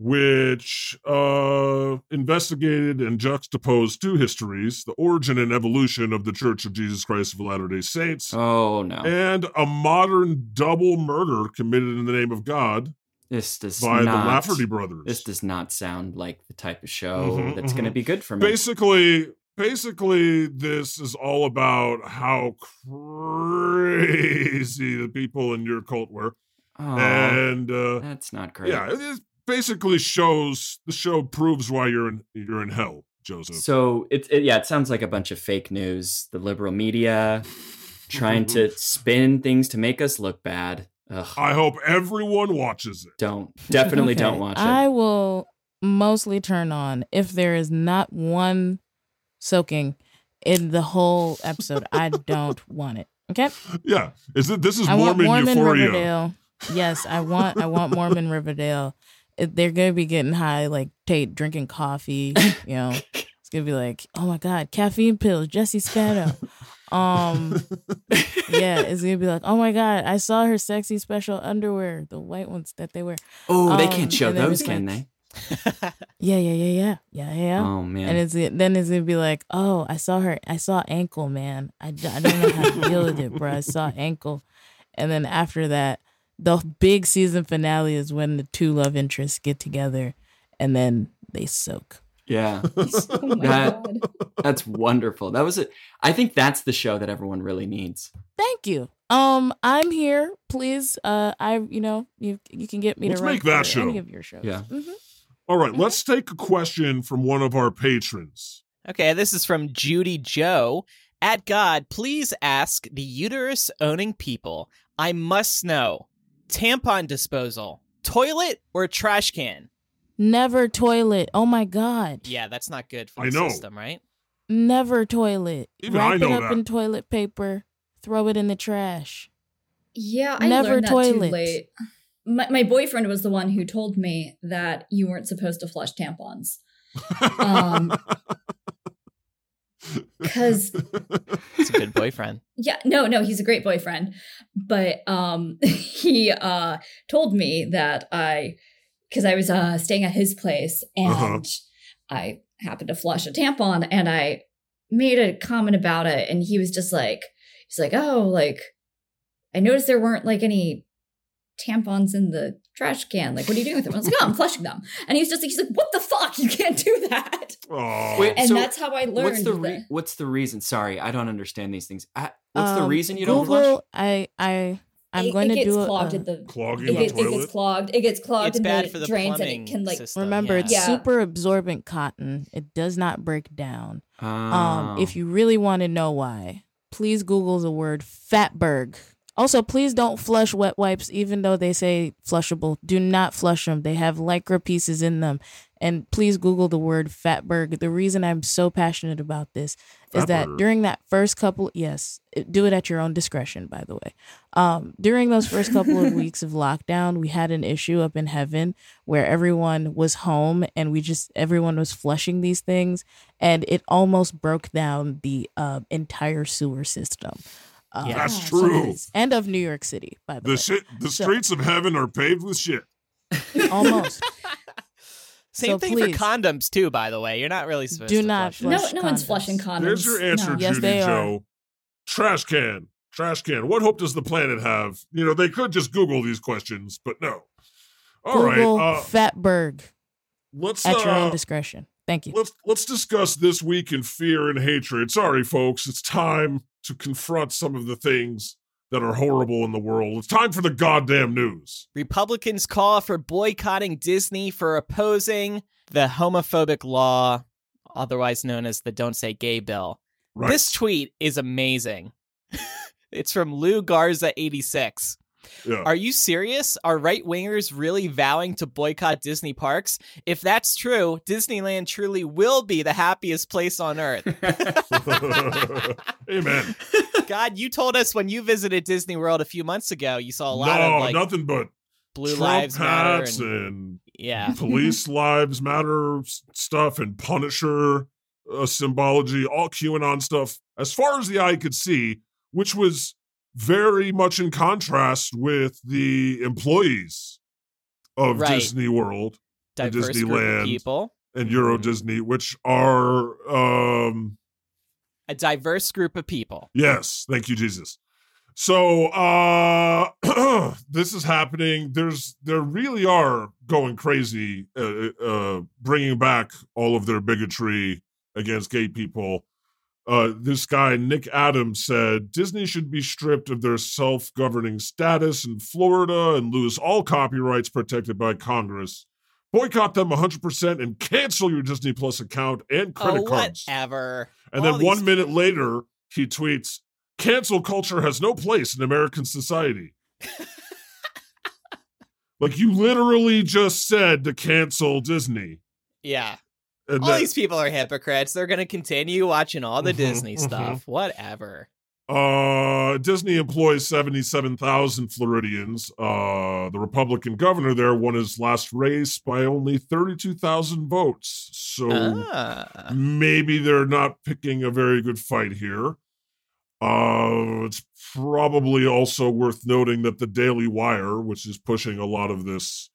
Speaker 3: which uh, investigated and juxtaposed two histories the origin and evolution of the Church of Jesus Christ of Latter day Saints
Speaker 5: Oh no,
Speaker 3: and a modern double murder committed in the name of God
Speaker 5: this does
Speaker 3: by the
Speaker 5: not.
Speaker 3: Lafferty brothers.
Speaker 5: This does not sound like the type of show
Speaker 3: Mhm,
Speaker 5: that's going to
Speaker 3: mhm.
Speaker 5: be good for me.
Speaker 3: basically basically this is all about how crazy the people in your cult were
Speaker 5: Aw,
Speaker 3: and uh
Speaker 5: that's not great.
Speaker 3: yeah it is- basically shows the show proves why you're in you're in hell joseph
Speaker 5: So it's it, yeah, it sounds like a bunch of fake news. The liberal media trying to spin things to make us look bad. Ugh,
Speaker 3: Mm-hmm. i hope everyone watches it (laughs)
Speaker 5: don't definitely don't
Speaker 4: Okay,
Speaker 5: watch
Speaker 4: I
Speaker 5: it.
Speaker 4: will mostly turn on if there is not one soaking in the whole episode. I don't want it. Okay.
Speaker 3: yeah is it this is
Speaker 4: I want
Speaker 3: mormon,
Speaker 4: Mormon
Speaker 3: euphoria
Speaker 4: Riverdale. Yes, I want I want Mormon Riverdale. It- They're gonna be getting high, like Tate drinking coffee. You know, it's gonna be like, oh my god, caffeine pills, Jesse Spano. Um, yeah, it's gonna be like, oh my god, I saw her sexy special underwear, the white ones that they wear.
Speaker 5: Oh, they
Speaker 4: um,
Speaker 5: can't show
Speaker 4: and then
Speaker 5: those,
Speaker 4: it's
Speaker 5: can
Speaker 4: like-
Speaker 5: they?
Speaker 4: Yeah, yeah, yeah, yeah, yeah, yeah. yeah.
Speaker 5: Oh man.
Speaker 4: And it's then it's gonna be like, oh, I saw her, I saw ankle, man. I, d- I don't know how to deal with it, bro. I saw ankle, and then after that, the big season finale is when the two love interests get together, and then they soak.
Speaker 3: (laughs)
Speaker 5: yeah,
Speaker 2: (laughs) oh my
Speaker 5: That-
Speaker 2: god.
Speaker 5: that's wonderful. That was it. I think that's the show that everyone really needs.
Speaker 4: Thank you. Um, I'm here. Please, uh, I you know you you can get me
Speaker 3: Let's
Speaker 4: to write
Speaker 3: make that
Speaker 4: for any
Speaker 3: show.
Speaker 4: of your shows.
Speaker 5: Yeah.
Speaker 4: Mhm.
Speaker 3: all right, let's take a question from one of our patrons (laughs)
Speaker 1: Okay, this is from Judy Joe. At God, please ask the uterus owning people. I must know tampon disposal, toilet or trash can?
Speaker 4: Never toilet. Oh my god.
Speaker 1: Yeah, that's not good for
Speaker 3: I
Speaker 1: the
Speaker 3: know.
Speaker 1: system, right?
Speaker 4: Never toilet.
Speaker 3: Even I
Speaker 4: Wrap
Speaker 3: know
Speaker 4: it up
Speaker 3: that.
Speaker 4: in toilet paper. Throw it in the trash.
Speaker 2: Yeah, I
Speaker 4: Never
Speaker 2: learned that too
Speaker 4: toilet.
Speaker 2: late. My, my boyfriend was the one who told me that you weren't supposed to flush tampons Um,
Speaker 5: (laughs)
Speaker 2: because
Speaker 1: It's a good
Speaker 2: (laughs)
Speaker 1: boyfriend.
Speaker 2: yeah no no he's a great boyfriend but um (laughs) he uh told me that i because i was uh staying at his place and
Speaker 3: Uh-huh.
Speaker 2: i happened to flush a tampon and i made a comment about it and he was just like he's like oh like i noticed there weren't like any tampons in the trash can like what are you doing with them i was like
Speaker 5: (laughs)
Speaker 2: oh i'm flushing them and he's just like he's like what the fuck you can't do that
Speaker 3: (laughs) Aw.
Speaker 5: Wait,
Speaker 2: and
Speaker 5: So,
Speaker 2: that's how i learned
Speaker 5: what's the
Speaker 2: that-
Speaker 5: re- what's the reason? Sorry, I don't understand these things. I, what's the
Speaker 4: Um,
Speaker 5: reason you
Speaker 4: Google,
Speaker 5: don't flush?
Speaker 4: I I I'm
Speaker 2: it,
Speaker 4: going
Speaker 2: it
Speaker 4: to
Speaker 2: gets
Speaker 4: do a, uh,
Speaker 2: clogged
Speaker 4: a-
Speaker 2: at the
Speaker 3: clogging
Speaker 2: it
Speaker 3: the
Speaker 2: gets, it gets
Speaker 3: toilet
Speaker 2: clogged. It gets clogged
Speaker 1: It's
Speaker 2: and
Speaker 1: bad
Speaker 2: then
Speaker 1: for
Speaker 2: it
Speaker 1: the
Speaker 2: drains and
Speaker 1: plumbing
Speaker 2: it can like
Speaker 1: system.
Speaker 4: remember
Speaker 1: yeah.
Speaker 4: it's
Speaker 2: Yeah.
Speaker 4: super absorbent cotton. It does not break down. Um,
Speaker 5: Oh.
Speaker 4: if you really want to know why, please Google the word fatberg. Also, please don't flush wet wipes, even though they say flushable. Do not flush them. They have lycra pieces in them. And please Google the word fatberg. The reason I'm so passionate about this is that
Speaker 3: Fatberg.
Speaker 4: during that first couple, yes, it- do it at your own discretion, by the way. Um, during those first couple of weeks of lockdown, we had an issue up in heaven where everyone was home and we just, everyone was flushing these things and it almost broke down the uh, entire sewer system. Uh,
Speaker 1: Yeah.
Speaker 3: That's
Speaker 4: so
Speaker 3: true.
Speaker 4: it's- And of New York City, by the,
Speaker 3: the shit the
Speaker 4: So-
Speaker 3: streets of heaven are paved with shit
Speaker 4: way. Almost.
Speaker 1: Same
Speaker 4: So
Speaker 1: thing
Speaker 4: please.
Speaker 1: for condoms too, by the way. You're not really supposed
Speaker 4: Do
Speaker 1: to
Speaker 4: not
Speaker 1: flush. them.
Speaker 2: no,
Speaker 4: flush
Speaker 2: no one's
Speaker 4: condoms.
Speaker 2: flushing condoms.
Speaker 3: There's your answer,
Speaker 2: No.
Speaker 4: Yes,
Speaker 3: Judy
Speaker 4: they are.
Speaker 3: Joe. Trash can. Trash can. What hope does the planet have? You know, they could just Google these questions, but no. (laughs) All right,
Speaker 4: Google
Speaker 3: Uh,
Speaker 4: fatberg
Speaker 3: let's.
Speaker 4: at your
Speaker 3: uh,
Speaker 4: own discretion. Thank you.
Speaker 3: Let's let's discuss this week in fear and hatred. Sorry, folks, it's time to confront some of the things that are horrible in the world. It's time for the goddamn news.
Speaker 1: Republicans call for boycotting Disney for opposing the homophobic law, otherwise known as the Don't Say Gay bill.
Speaker 3: Right.
Speaker 1: This tweet is amazing. (laughs) it's from Lou Garza86.
Speaker 3: yeah.
Speaker 1: Are you serious? Are right wingers really vowing to boycott Disney parks? If that's true, Disneyland truly will be the happiest place on earth.
Speaker 3: (laughs)
Speaker 5: Oh.
Speaker 3: Amen.
Speaker 1: God, you told us when you visited Disney World a few months ago, you saw a lot
Speaker 3: no,
Speaker 1: of like
Speaker 3: nothing but
Speaker 1: blue
Speaker 3: Trump
Speaker 1: lives matter
Speaker 3: hats
Speaker 1: and,
Speaker 3: and,
Speaker 1: yeah.
Speaker 3: police lives matter s- stuff and Punisher uh, symbology, all QAnon stuff. As far as the eye could see, which was very much in contrast with the employees of
Speaker 1: Right.
Speaker 3: Disney World (laughs) The
Speaker 1: diverse group
Speaker 3: Disneyland.
Speaker 1: of people.
Speaker 3: and Euro
Speaker 1: Mm-hmm.
Speaker 3: Disney, which are um
Speaker 1: A diverse group of people.
Speaker 3: Yes, thank you, Jesus. So uh (clears throat) this is happening. There's there really are going crazy, uh, uh bringing back all of their bigotry against gay people. Uh, this guy Nick Adams said Disney should be stripped of their self-governing status in Florida and lose all copyrights protected by Congress. Boycott them 100% and cancel your Disney Plus account and credit
Speaker 1: oh,
Speaker 3: cards.
Speaker 1: whatever.
Speaker 3: And
Speaker 1: All
Speaker 3: then
Speaker 1: these
Speaker 3: one minute later, he tweets, cancel culture has no place in
Speaker 1: (laughs)
Speaker 3: American society. like you literally just said to cancel Disney.
Speaker 1: Yeah.
Speaker 3: And
Speaker 1: All
Speaker 3: that-
Speaker 1: these people are hypocrites. They're going to continue watching all the
Speaker 3: Mhm,
Speaker 1: Disney
Speaker 3: mhm.
Speaker 1: stuff. Whatever.
Speaker 3: uh, Disney employs 77,000 Floridians. Uh, the Republican governor there won his last race by only 32,000 votes. So
Speaker 1: Ah.
Speaker 3: maybe they're not picking a very good fight here. Uh, it's probably also worth noting that the Daily Wire, which is pushing a lot of this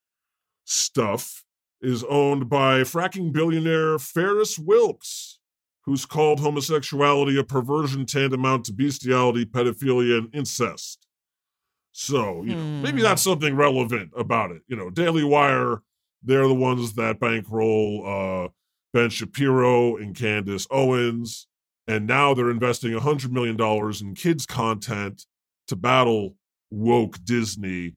Speaker 3: stuff, is owned by fracking billionaire Ferris Wilks, who's called homosexuality a perversion tantamount to bestiality, pedophilia, and incest. So, you know, maybe
Speaker 1: Hmm.
Speaker 3: that's something relevant about it. You know, Daily Wire, they're the ones that bankroll uh, Ben Shapiro and Candace Owens. And now they're investing $100 million in kids' content to battle woke Disney.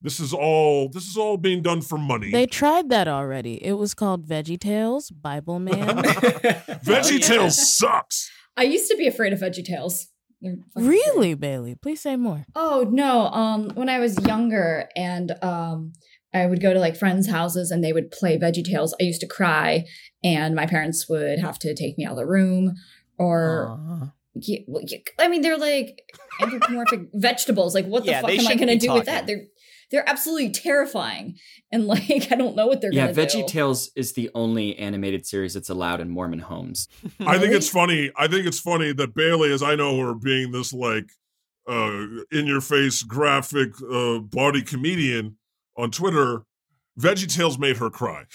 Speaker 3: This is all this is all being done for money.
Speaker 4: They tried that already. It was called Veggie Tales,
Speaker 3: (laughs)
Speaker 4: Bible Man.
Speaker 3: Veggie
Speaker 1: yeah.
Speaker 3: Tales sucks.
Speaker 2: I used to be afraid of Veggie Tales. They're fucking great.
Speaker 4: really, Bailey? Please say more.
Speaker 2: Oh no. Um when I was younger and um I would go to like friends' houses and they would play Veggie Tales. I used to cry and my parents would have to take me out of the room
Speaker 1: Er,
Speaker 2: or
Speaker 1: Aw.
Speaker 2: Yeah, well, yeah, I mean they're like anthropomorphic vegetables. Like what the
Speaker 1: Yeah,
Speaker 2: fuck
Speaker 1: they
Speaker 2: am I
Speaker 1: shouldn't
Speaker 2: going to
Speaker 1: be
Speaker 2: do with that?
Speaker 1: talking.
Speaker 2: They're they're absolutely terrifying. And like (laughs) I don't know what they're
Speaker 5: yeah,
Speaker 2: going to do.
Speaker 5: Veggie Tales is the only animated series that's allowed in Mormon homes.
Speaker 3: I think
Speaker 2: Really?
Speaker 3: it's funny. I think it's funny that Bailey, as I know her, being this like uh in your face graphic uh body comedian on Twitter, Veggie Tales made her cry.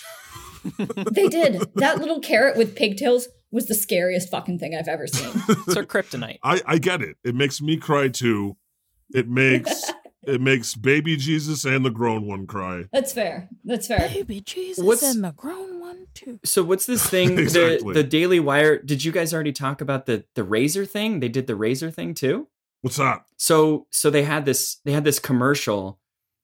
Speaker 2: they did. That little carrot with pigtails was the scariest fucking thing I've ever (laughs) seen.
Speaker 1: It's her kryptonite.
Speaker 3: I, I get it. It makes me cry too. It makes it makes baby Jesus and the grown one cry.
Speaker 2: That's fair. That's fair.
Speaker 4: Baby Jesus
Speaker 5: What's-
Speaker 4: and the grown one too.
Speaker 5: So what's this thing?
Speaker 3: Exactly.
Speaker 5: the, the Daily Wire. Did you guys already talk about the the razor thing? They did the razor thing too.
Speaker 3: What's that?
Speaker 5: So so they had this they had this commercial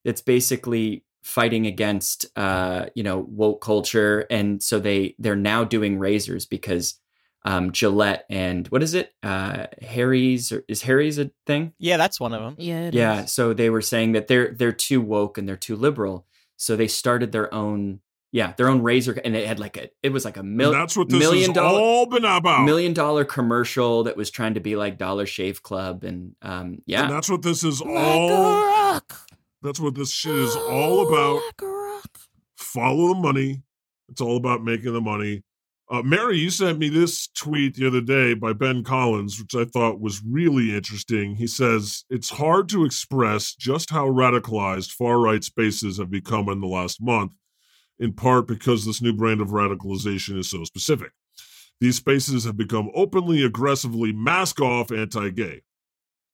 Speaker 5: that's basically fighting against uh you know woke culture and so they they're now doing razors because um Gillette and what is it uh Harry's or is Harry's a thing?
Speaker 1: Yeah, that's one of them.
Speaker 4: Yeah. it
Speaker 5: yeah,
Speaker 4: is.
Speaker 5: so they were saying that they're they're too woke and they're too liberal. So they started their own yeah, their own razor and it had like a it was like a
Speaker 3: And
Speaker 5: million
Speaker 3: that's what this
Speaker 5: million
Speaker 3: has
Speaker 5: dollar-
Speaker 3: all been about.
Speaker 5: million dollar commercial that was trying to be like Dollar Shave Club and um yeah.
Speaker 3: And that's what this is
Speaker 4: Like
Speaker 3: all.
Speaker 4: a rock. Oh,
Speaker 3: That's what this shit is all about.
Speaker 4: Like a rock.
Speaker 3: Follow the money. It's all about making the money. Uh, Mary, you sent me this tweet the other day by Ben Collins, which I thought was really interesting. He says, It's hard to express just how radicalized far right spaces have become in the last month, in part because this new brand of radicalization is so specific. These spaces have become openly, aggressively mask off anti gay.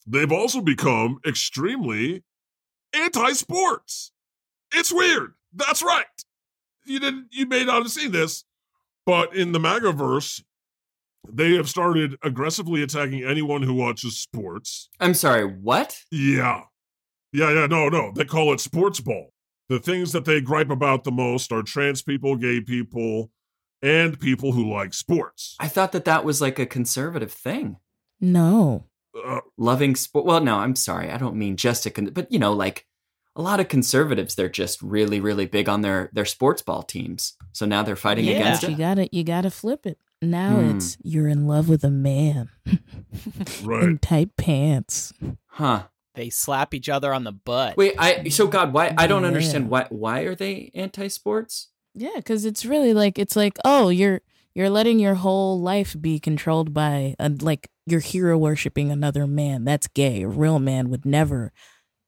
Speaker 3: They've also become extremely anti sports. It's weird. That's right. You didn't, you may not have seen this, But in the MAGAverse, they have started aggressively attacking anyone who watches sports.
Speaker 5: I'm sorry, what?
Speaker 3: Yeah. Yeah, yeah, no, no. They call it sports ball. The things that they gripe about the most are trans people, gay people, and people who like sports.
Speaker 5: I thought that that was like a conservative thing.
Speaker 4: No.
Speaker 3: Uh,
Speaker 5: Loving sport. Well, no, I'm sorry. I don't mean just a con- but you know, like a lot of conservatives they're just really really big on their their sports ball teams. So now they're fighting
Speaker 1: Yeah.
Speaker 5: against
Speaker 4: But you
Speaker 5: it.
Speaker 4: gotta you gotta flip it. Now
Speaker 5: Hmm.
Speaker 4: it's you're in love with a man in
Speaker 3: right.
Speaker 4: tight pants.
Speaker 5: Huh.
Speaker 1: They slap each other on the butt.
Speaker 5: Wait, I so god, why I don't
Speaker 4: Yeah.
Speaker 5: understand why why are they anti-sports?
Speaker 4: Yeah, because it's really like it's like oh you're you're letting your whole life be controlled by a, like you're hero worshiping another man. That's gay. A real man would never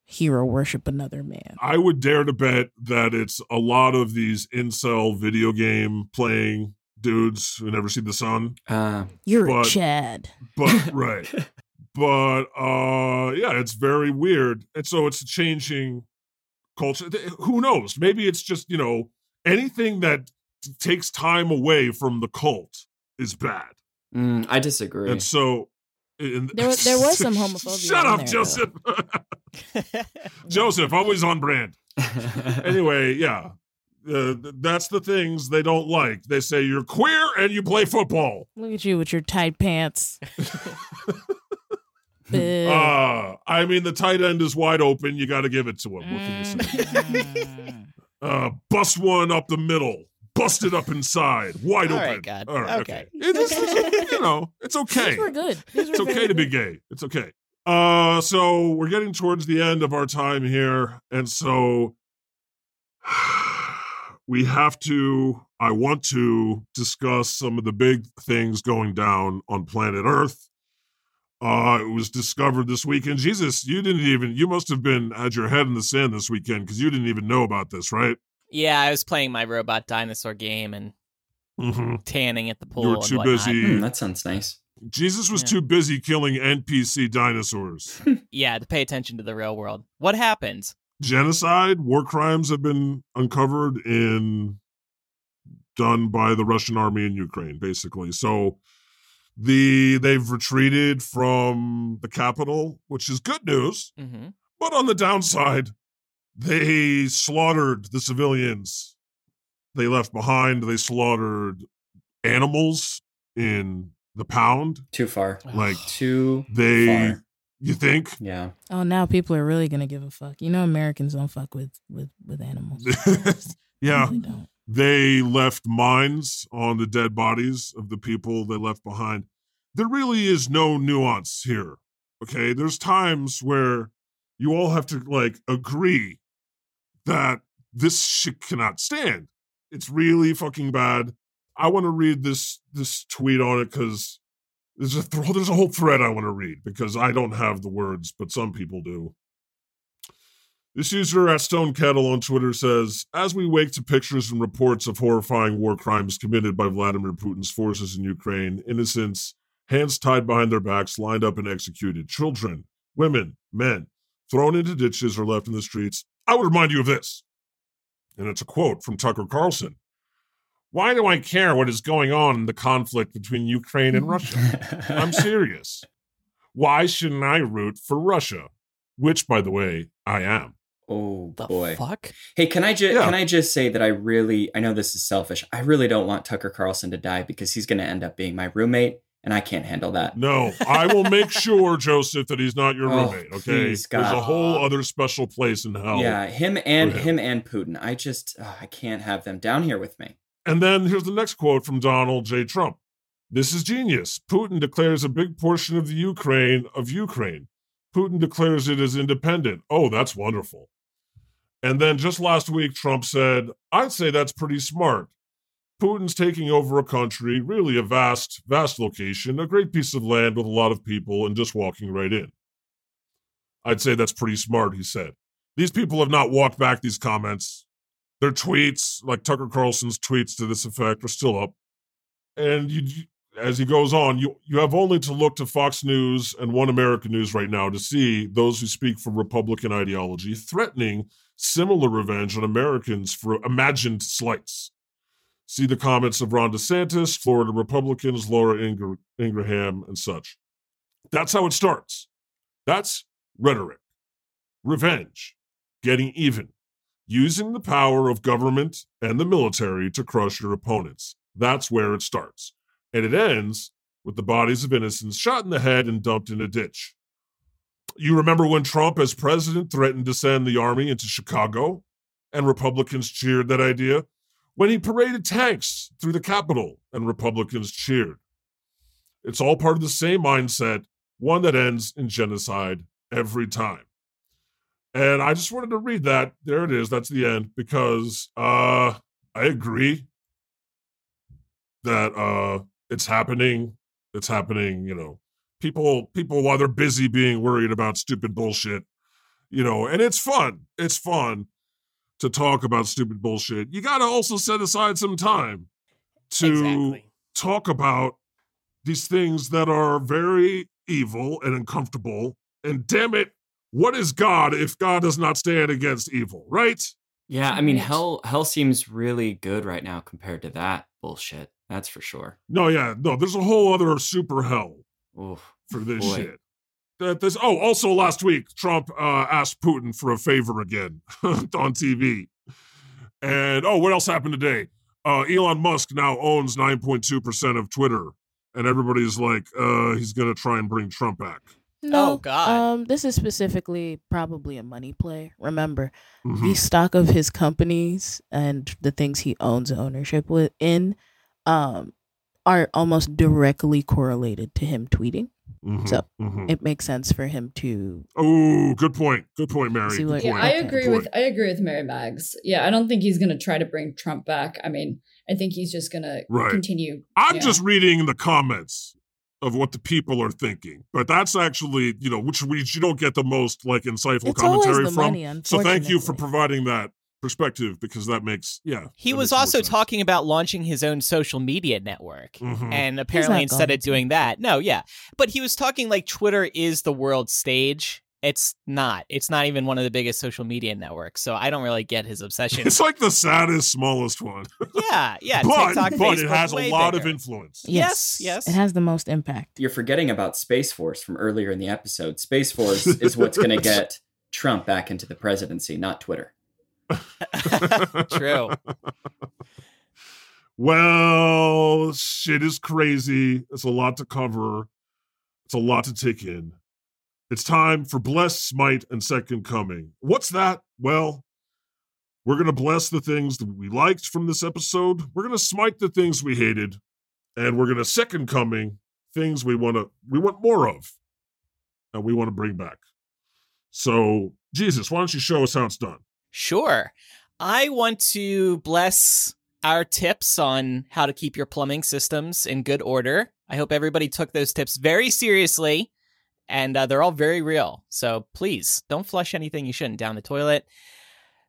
Speaker 4: hero worship another man.
Speaker 3: I would dare to bet that it's a lot of these incel video game playing dudes who never see the sun.
Speaker 5: Uh
Speaker 4: You're
Speaker 3: But-
Speaker 4: a Chad. (laughs)
Speaker 3: But right. But uh yeah, it's very weird. And so it's changing culture. Th- Who knows? Maybe it's just, you know, anything that t- takes time away from the cult is bad.
Speaker 5: mm, I disagree.
Speaker 3: And so and-
Speaker 4: There wa- there was some homophobia
Speaker 3: (laughs) Shut
Speaker 4: in
Speaker 3: up,
Speaker 4: there, though.
Speaker 3: Joseph. Joseph, (laughs) always on brand. anyway, yeah. Uh, th- that's the things they don't like. They say you're queer and you play football.
Speaker 4: Look at you with your tight
Speaker 3: (laughs)
Speaker 4: pants. Boo.
Speaker 3: Uh, I mean, the tight end is wide open. You got to give it to him. What can you say?
Speaker 1: Mm.
Speaker 4: Mm.
Speaker 3: Uh, bust one up the middle. Bust it up inside. Wide
Speaker 1: All
Speaker 3: open.
Speaker 1: right, God. Okay.
Speaker 3: It is, it's- you know,
Speaker 1: (laughs)
Speaker 3: it's
Speaker 4: (laughs)
Speaker 3: okay.
Speaker 4: These were good. These were
Speaker 3: It's okay
Speaker 4: very
Speaker 3: to be
Speaker 4: good.
Speaker 3: gay. It's okay. Uh, so we're getting towards the end of our time here, and so (sighs) we have to. I want to discuss some of the big things going down on planet Earth. Uh, it was discovered this weekend. Jesus, you didn't even. You must have been had your head in the sand this weekend because you didn't even know about this, right?
Speaker 1: yeah, I was playing my robot dinosaur game and tanning at the pool.
Speaker 3: You were
Speaker 1: and
Speaker 3: too
Speaker 1: whatnot.
Speaker 3: busy.
Speaker 5: (laughs) Hmm, that sounds nice.
Speaker 3: Jesus was
Speaker 1: Yeah.
Speaker 3: too busy killing NPC dinosaurs.
Speaker 1: Yeah, to pay attention to the real world. What happened?
Speaker 3: genocide war crimes have been uncovered in done by the russian army in ukraine basically so the they've retreated from the capital which is good news
Speaker 1: Mm-hmm.
Speaker 3: but on the downside they slaughtered the civilians they left behind they slaughtered animals in the pound
Speaker 5: Too far.
Speaker 3: (sighs) like
Speaker 5: Too
Speaker 3: they
Speaker 5: far.
Speaker 3: you think
Speaker 5: Yeah.
Speaker 4: Oh, now people are really gonna give a fuck. You know, Americans don't fuck with with with
Speaker 3: (laughs)
Speaker 4: animals.
Speaker 3: yeah
Speaker 4: They don't.
Speaker 3: they left mines on the dead bodies of the people they left behind. There really is no nuance here. Okay. There's times where you all have to like agree that this shit cannot stand. It's really fucking bad. I want to read this this tweet on it because there's a th- there's a whole thread I want to read because I don't have the words, but some people do. This user at Stone Kettle on Twitter says, as we wake to pictures and reports of horrifying war crimes committed by Vladimir Putin's forces in Ukraine, innocents, hands tied behind their backs, lined up and executed, children, women, men, thrown into ditches or left in the streets, I would remind you of this. And it's a quote from Tucker Carlson. Why do I care what is going on in the conflict between Ukraine and Russia? I'm serious. Why shouldn't I root for Russia? Which, by the way, I am.
Speaker 5: (laughs) oh
Speaker 1: The
Speaker 5: boy.
Speaker 1: fuck?
Speaker 5: Hey, can I just
Speaker 3: Yeah.
Speaker 5: can I just say that I really I know this is selfish. I really don't want Tucker Carlson to die because he's going to end up being my roommate, and I can't handle that.
Speaker 3: No, I will make
Speaker 5: (laughs)
Speaker 3: sure, Joseph, that he's not your
Speaker 5: Oh,
Speaker 3: roommate. Okay,
Speaker 5: please,
Speaker 3: there's a
Speaker 5: God.
Speaker 3: whole other special place in hell.
Speaker 5: Yeah, him and
Speaker 3: Oh, Yeah.
Speaker 5: him and Putin. I just ugh, I can't have them down here with me.
Speaker 3: And then here's the next quote from Donald J. Trump. This is genius. Putin declares a big portion of the Ukraine of Ukraine. Putin declares it as independent. Oh, that's wonderful. And then just last week, Trump said, I'd say that's pretty smart. Putin's taking over a country, really a vast, vast location, a great piece of land with a lot of people, and just walking right in. I'd say that's pretty smart, he said. These people have not walked back these comments their tweets, like Tucker Carlson's tweets to this effect, are still up. And you, as he goes on, you you have only to look to Fox News and One American News right now to see those who speak for Republican ideology threatening similar revenge on Americans for imagined slights. See the comments of Ron DeSantis, Florida Republicans, Laura Ingr- Ingraham, and such. That's how it starts. That's rhetoric, revenge, getting even, using the power of government and the military to crush your opponents. That's where it starts. And it ends with the bodies of innocents shot in the head and dumped in a ditch. You remember when Trump, as president, threatened to send the army into Chicago and Republicans cheered that idea? When he paraded tanks through the Capitol and Republicans cheered. It's all part of the same mindset, one that ends in genocide every time. And I just wanted to read that. There it is. That's the end because uh, I agree that uh, it's happening. It's happening. You know, people people while they're busy being worried about stupid bullshit, you know, and it's fun. It's fun to talk about stupid bullshit. You got to also set aside some time to
Speaker 1: Exactly.
Speaker 3: talk about these things that are very evil and uncomfortable. And damn it, what is God if God does not stand against evil, right?
Speaker 5: Yeah, I mean,
Speaker 2: Right.
Speaker 5: hell, hell seems really good right now compared to that bullshit. That's for sure.
Speaker 3: No, yeah, no, there's a whole other super hell
Speaker 5: Oof.
Speaker 3: for this
Speaker 5: Boy.
Speaker 3: shit. That this oh, also last week Trump uh, asked Putin for a favor again (laughs) on TV. And oh, what else happened today? Uh, Elon Musk now owns 9.2% of Twitter. And everybody's like, uh, he's gonna try and bring Trump back.
Speaker 4: No,
Speaker 1: Oh, God.
Speaker 4: Um, this is specifically probably a money play. Remember,
Speaker 3: Mhm.
Speaker 4: the stock of his companies and the things he owns ownership with in, um, are almost directly correlated to him tweeting.
Speaker 3: Mhm.
Speaker 4: So-
Speaker 3: Mhm.
Speaker 4: It makes sense for him to
Speaker 3: Oh, good point. Good point, Mary.
Speaker 4: See what-
Speaker 3: Good
Speaker 2: Yeah,
Speaker 3: point.
Speaker 2: I
Speaker 3: Good
Speaker 2: agree
Speaker 3: point.
Speaker 2: with I agree with Mary Mags. Yeah, I don't think he's gonna try to bring Trump back. I mean, I think he's just gonna
Speaker 3: Right.
Speaker 2: continue.
Speaker 3: I'm
Speaker 2: yeah.
Speaker 3: just reading the comments of what the people are thinking, but that's actually you know which we you don't get the most like insightful
Speaker 4: It's always
Speaker 3: commentary
Speaker 4: the
Speaker 3: from.
Speaker 4: money,
Speaker 3: so thank you for
Speaker 4: unfortunately.
Speaker 3: providing that perspective because that makes yeah.
Speaker 1: He
Speaker 3: that
Speaker 1: was
Speaker 3: makes more
Speaker 1: also
Speaker 3: sense.
Speaker 1: talking about launching his own social media network.
Speaker 3: Mhm.
Speaker 1: And apparently,
Speaker 4: not
Speaker 1: instead
Speaker 4: going
Speaker 1: of doing that, no, yeah. But he was talking like Twitter is the world stage. It's not. It's not even one of the biggest social media networks. So I don't really get his obsession.
Speaker 3: (laughs) (laughs) It's like the saddest, smallest one,
Speaker 1: yeah, yeah.
Speaker 3: (laughs) but
Speaker 1: TikTok,
Speaker 3: but it
Speaker 1: Facebook,
Speaker 3: has a
Speaker 1: way
Speaker 3: lot
Speaker 1: bigger.
Speaker 3: of influence.
Speaker 1: Yes, yes.
Speaker 4: It has the most impact.
Speaker 5: You're forgetting about Space Force from earlier in the episode. Space Force is what's going (laughs) to get Trump back into the presidency, not Twitter.
Speaker 1: (laughs)
Speaker 3: (laughs)
Speaker 1: True.
Speaker 3: Well, shit is crazy. It's a lot to cover. It's a lot to take in. It's time for Bless, Smite, and Second Coming. What's that? Well, we're going to bless the things that we liked from this episode. We're going to smite the things we hated. And we're going to second coming things we want to we want more of and we want to bring back. So, Jesus, why don't you show us how it's done? (laughs)
Speaker 1: Sure. I want to bless our tips on how to keep your plumbing systems in good order. I hope everybody took those tips very seriously and uh, they're all very real. So please don't flush anything you shouldn't down the toilet.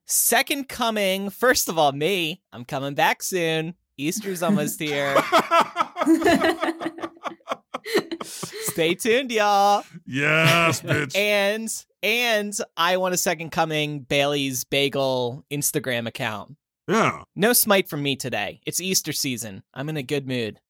Speaker 1: Second coming, first of all, me, I'm coming back soon. Easter's almost here. Stay tuned, y'all.
Speaker 3: yes, bitch.
Speaker 1: And and I want a second coming Bailey's Bagel Instagram account.
Speaker 3: yeah.
Speaker 1: No smite from me today. It's Easter season. I'm in a good mood.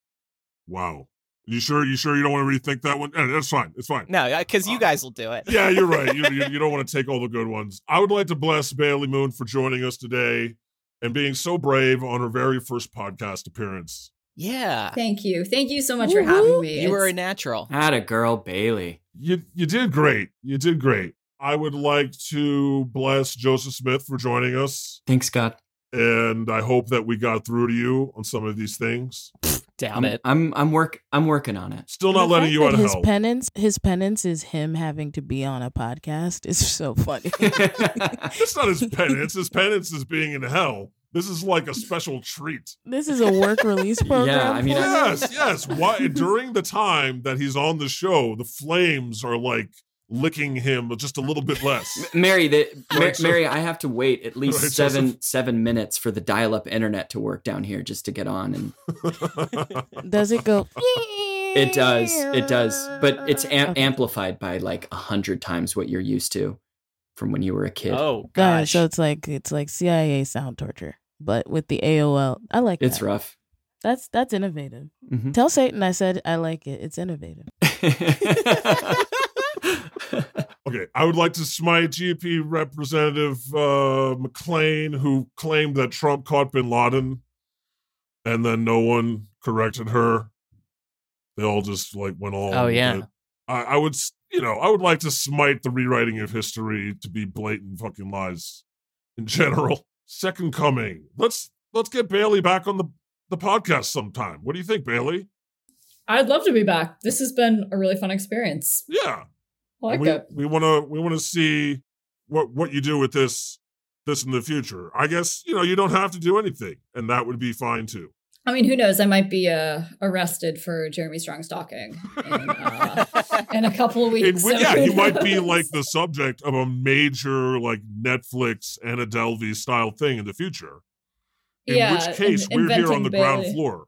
Speaker 3: Wow. You sure? You sure you don't want to rethink that one? Eh, That's fine. It's
Speaker 4: (laughs)
Speaker 3: fine.
Speaker 1: No, because you guys will do it.
Speaker 3: Uh, Yeah, you're right. You, you, you don't want to take all the good ones. I would like to bless Bailey Moon for joining us today and being so brave on her very first podcast appearance.
Speaker 1: (laughs) Yeah.
Speaker 2: Thank you. Thank you so much for having me.
Speaker 1: You were a
Speaker 2: It's- Ah,
Speaker 1: natural.
Speaker 5: Had a girl, Bailey.
Speaker 3: You you did great. You did great. I would like to bless Joseph Smith for joining us,
Speaker 5: Thanks, God.
Speaker 3: and I hope that we got through to you on some of these things.
Speaker 1: Doubt
Speaker 5: I'm,
Speaker 1: it.
Speaker 5: I'm I'm work I'm working on it.
Speaker 3: Still not
Speaker 4: And the
Speaker 3: letting
Speaker 4: fact
Speaker 3: you out
Speaker 4: that
Speaker 3: of
Speaker 4: his
Speaker 3: hell.
Speaker 4: penance. His penance is him having to be on a podcast. Is so
Speaker 5: (laughs)
Speaker 4: funny.
Speaker 3: It's
Speaker 4: (laughs)
Speaker 3: not his penance. His penance is being in hell. This is like a special treat.
Speaker 4: This is a work
Speaker 5: (laughs)
Speaker 4: release program.
Speaker 5: I mean,
Speaker 4: for
Speaker 5: I-
Speaker 4: him?
Speaker 3: yes, yes. Why during the time that he's on the show, the flames are like licking him just a little bit
Speaker 5: (laughs)
Speaker 3: less. (laughs)
Speaker 5: Mary, the, Mar-
Speaker 3: Right, so-
Speaker 5: Mary, I have to wait at least
Speaker 3: Right,
Speaker 5: seven
Speaker 3: Joseph.
Speaker 5: seven minutes for the dial up internet to work down here just to get on, and
Speaker 4: Does it go?
Speaker 5: (laughs) it does, it does, but it's am-
Speaker 4: Okay.
Speaker 5: amplified by like a hundred times what you're used to from when you were a kid.
Speaker 1: Oh,
Speaker 4: Got it.
Speaker 1: gosh.
Speaker 4: So it's like it's like CIA sound torture. but with the AOL. I like
Speaker 5: It's
Speaker 4: that.
Speaker 5: rough.
Speaker 4: That's that's innovative.
Speaker 5: Mhm.
Speaker 4: Tell Satan I said I like it. It's innovative.
Speaker 3: Okay, I would like to smite GOP Representative uh, McLean, who claimed that Trump caught Bin Laden, and then no one corrected her. They all just like went all.
Speaker 1: Oh,
Speaker 3: with
Speaker 1: yeah.
Speaker 3: it. I, I would, s- you know, I would like to smite the rewriting of history to be blatant fucking lies in general. (laughs) Second coming. Let's let's get Bailey back on the the podcast sometime. What do you think, Bailey?
Speaker 2: I'd love to be back. This has been a really fun experience.
Speaker 3: Yeah.
Speaker 2: I like
Speaker 3: we,
Speaker 2: it.
Speaker 3: we want to we want to see what what you do with this this in the future. I guess you know you don't have to do anything, and that would be fine too.
Speaker 2: I mean, who knows? I might be uh, arrested for Jeremy Strong stalking
Speaker 1: (laughs)
Speaker 2: in, uh, in a couple of
Speaker 3: In
Speaker 2: weeks.
Speaker 3: which,
Speaker 2: so
Speaker 3: yeah,
Speaker 2: who
Speaker 3: you might
Speaker 2: (laughs)
Speaker 3: be
Speaker 2: knows?
Speaker 3: like the subject of a major like Netflix Anna Delvey style thing in the future. In
Speaker 2: Yeah,
Speaker 3: which case,
Speaker 2: in-
Speaker 3: we're here on
Speaker 2: inventing
Speaker 3: the ground
Speaker 2: Bailey.
Speaker 3: floor.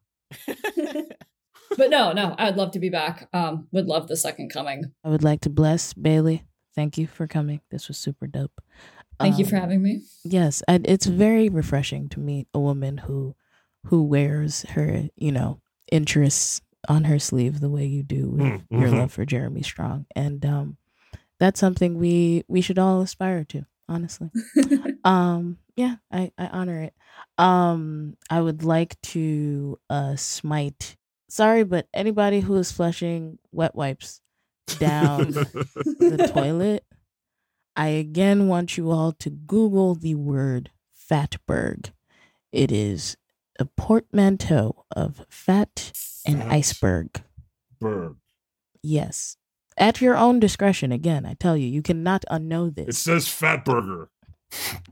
Speaker 2: but no, no, I'd love to be back. Um, would love the second coming.
Speaker 4: I would like to bless Bailey. Thank you for coming. This was super dope.
Speaker 2: Thank you
Speaker 4: Um,
Speaker 2: for having me.
Speaker 4: Yes, I, it's very refreshing to meet a woman who who wears her, you know, interests on her sleeve the way you do with
Speaker 3: Mm,
Speaker 4: your
Speaker 3: mhm.
Speaker 4: love for Jeremy Strong. And um that's something we we should all aspire to, honestly. um yeah, I I honor it. Um I would like to uh smite Sorry, but anybody who is flushing wet wipes down the
Speaker 2: (laughs)
Speaker 4: toilet, I again want you all to Google the word fatberg. It is a portmanteau of fat and
Speaker 3: Fat
Speaker 4: iceberg.
Speaker 3: (laughs) Burn.
Speaker 4: Yes. At your own discretion, again, I tell you, you cannot unknow
Speaker 3: It
Speaker 4: this.
Speaker 3: says fat burger.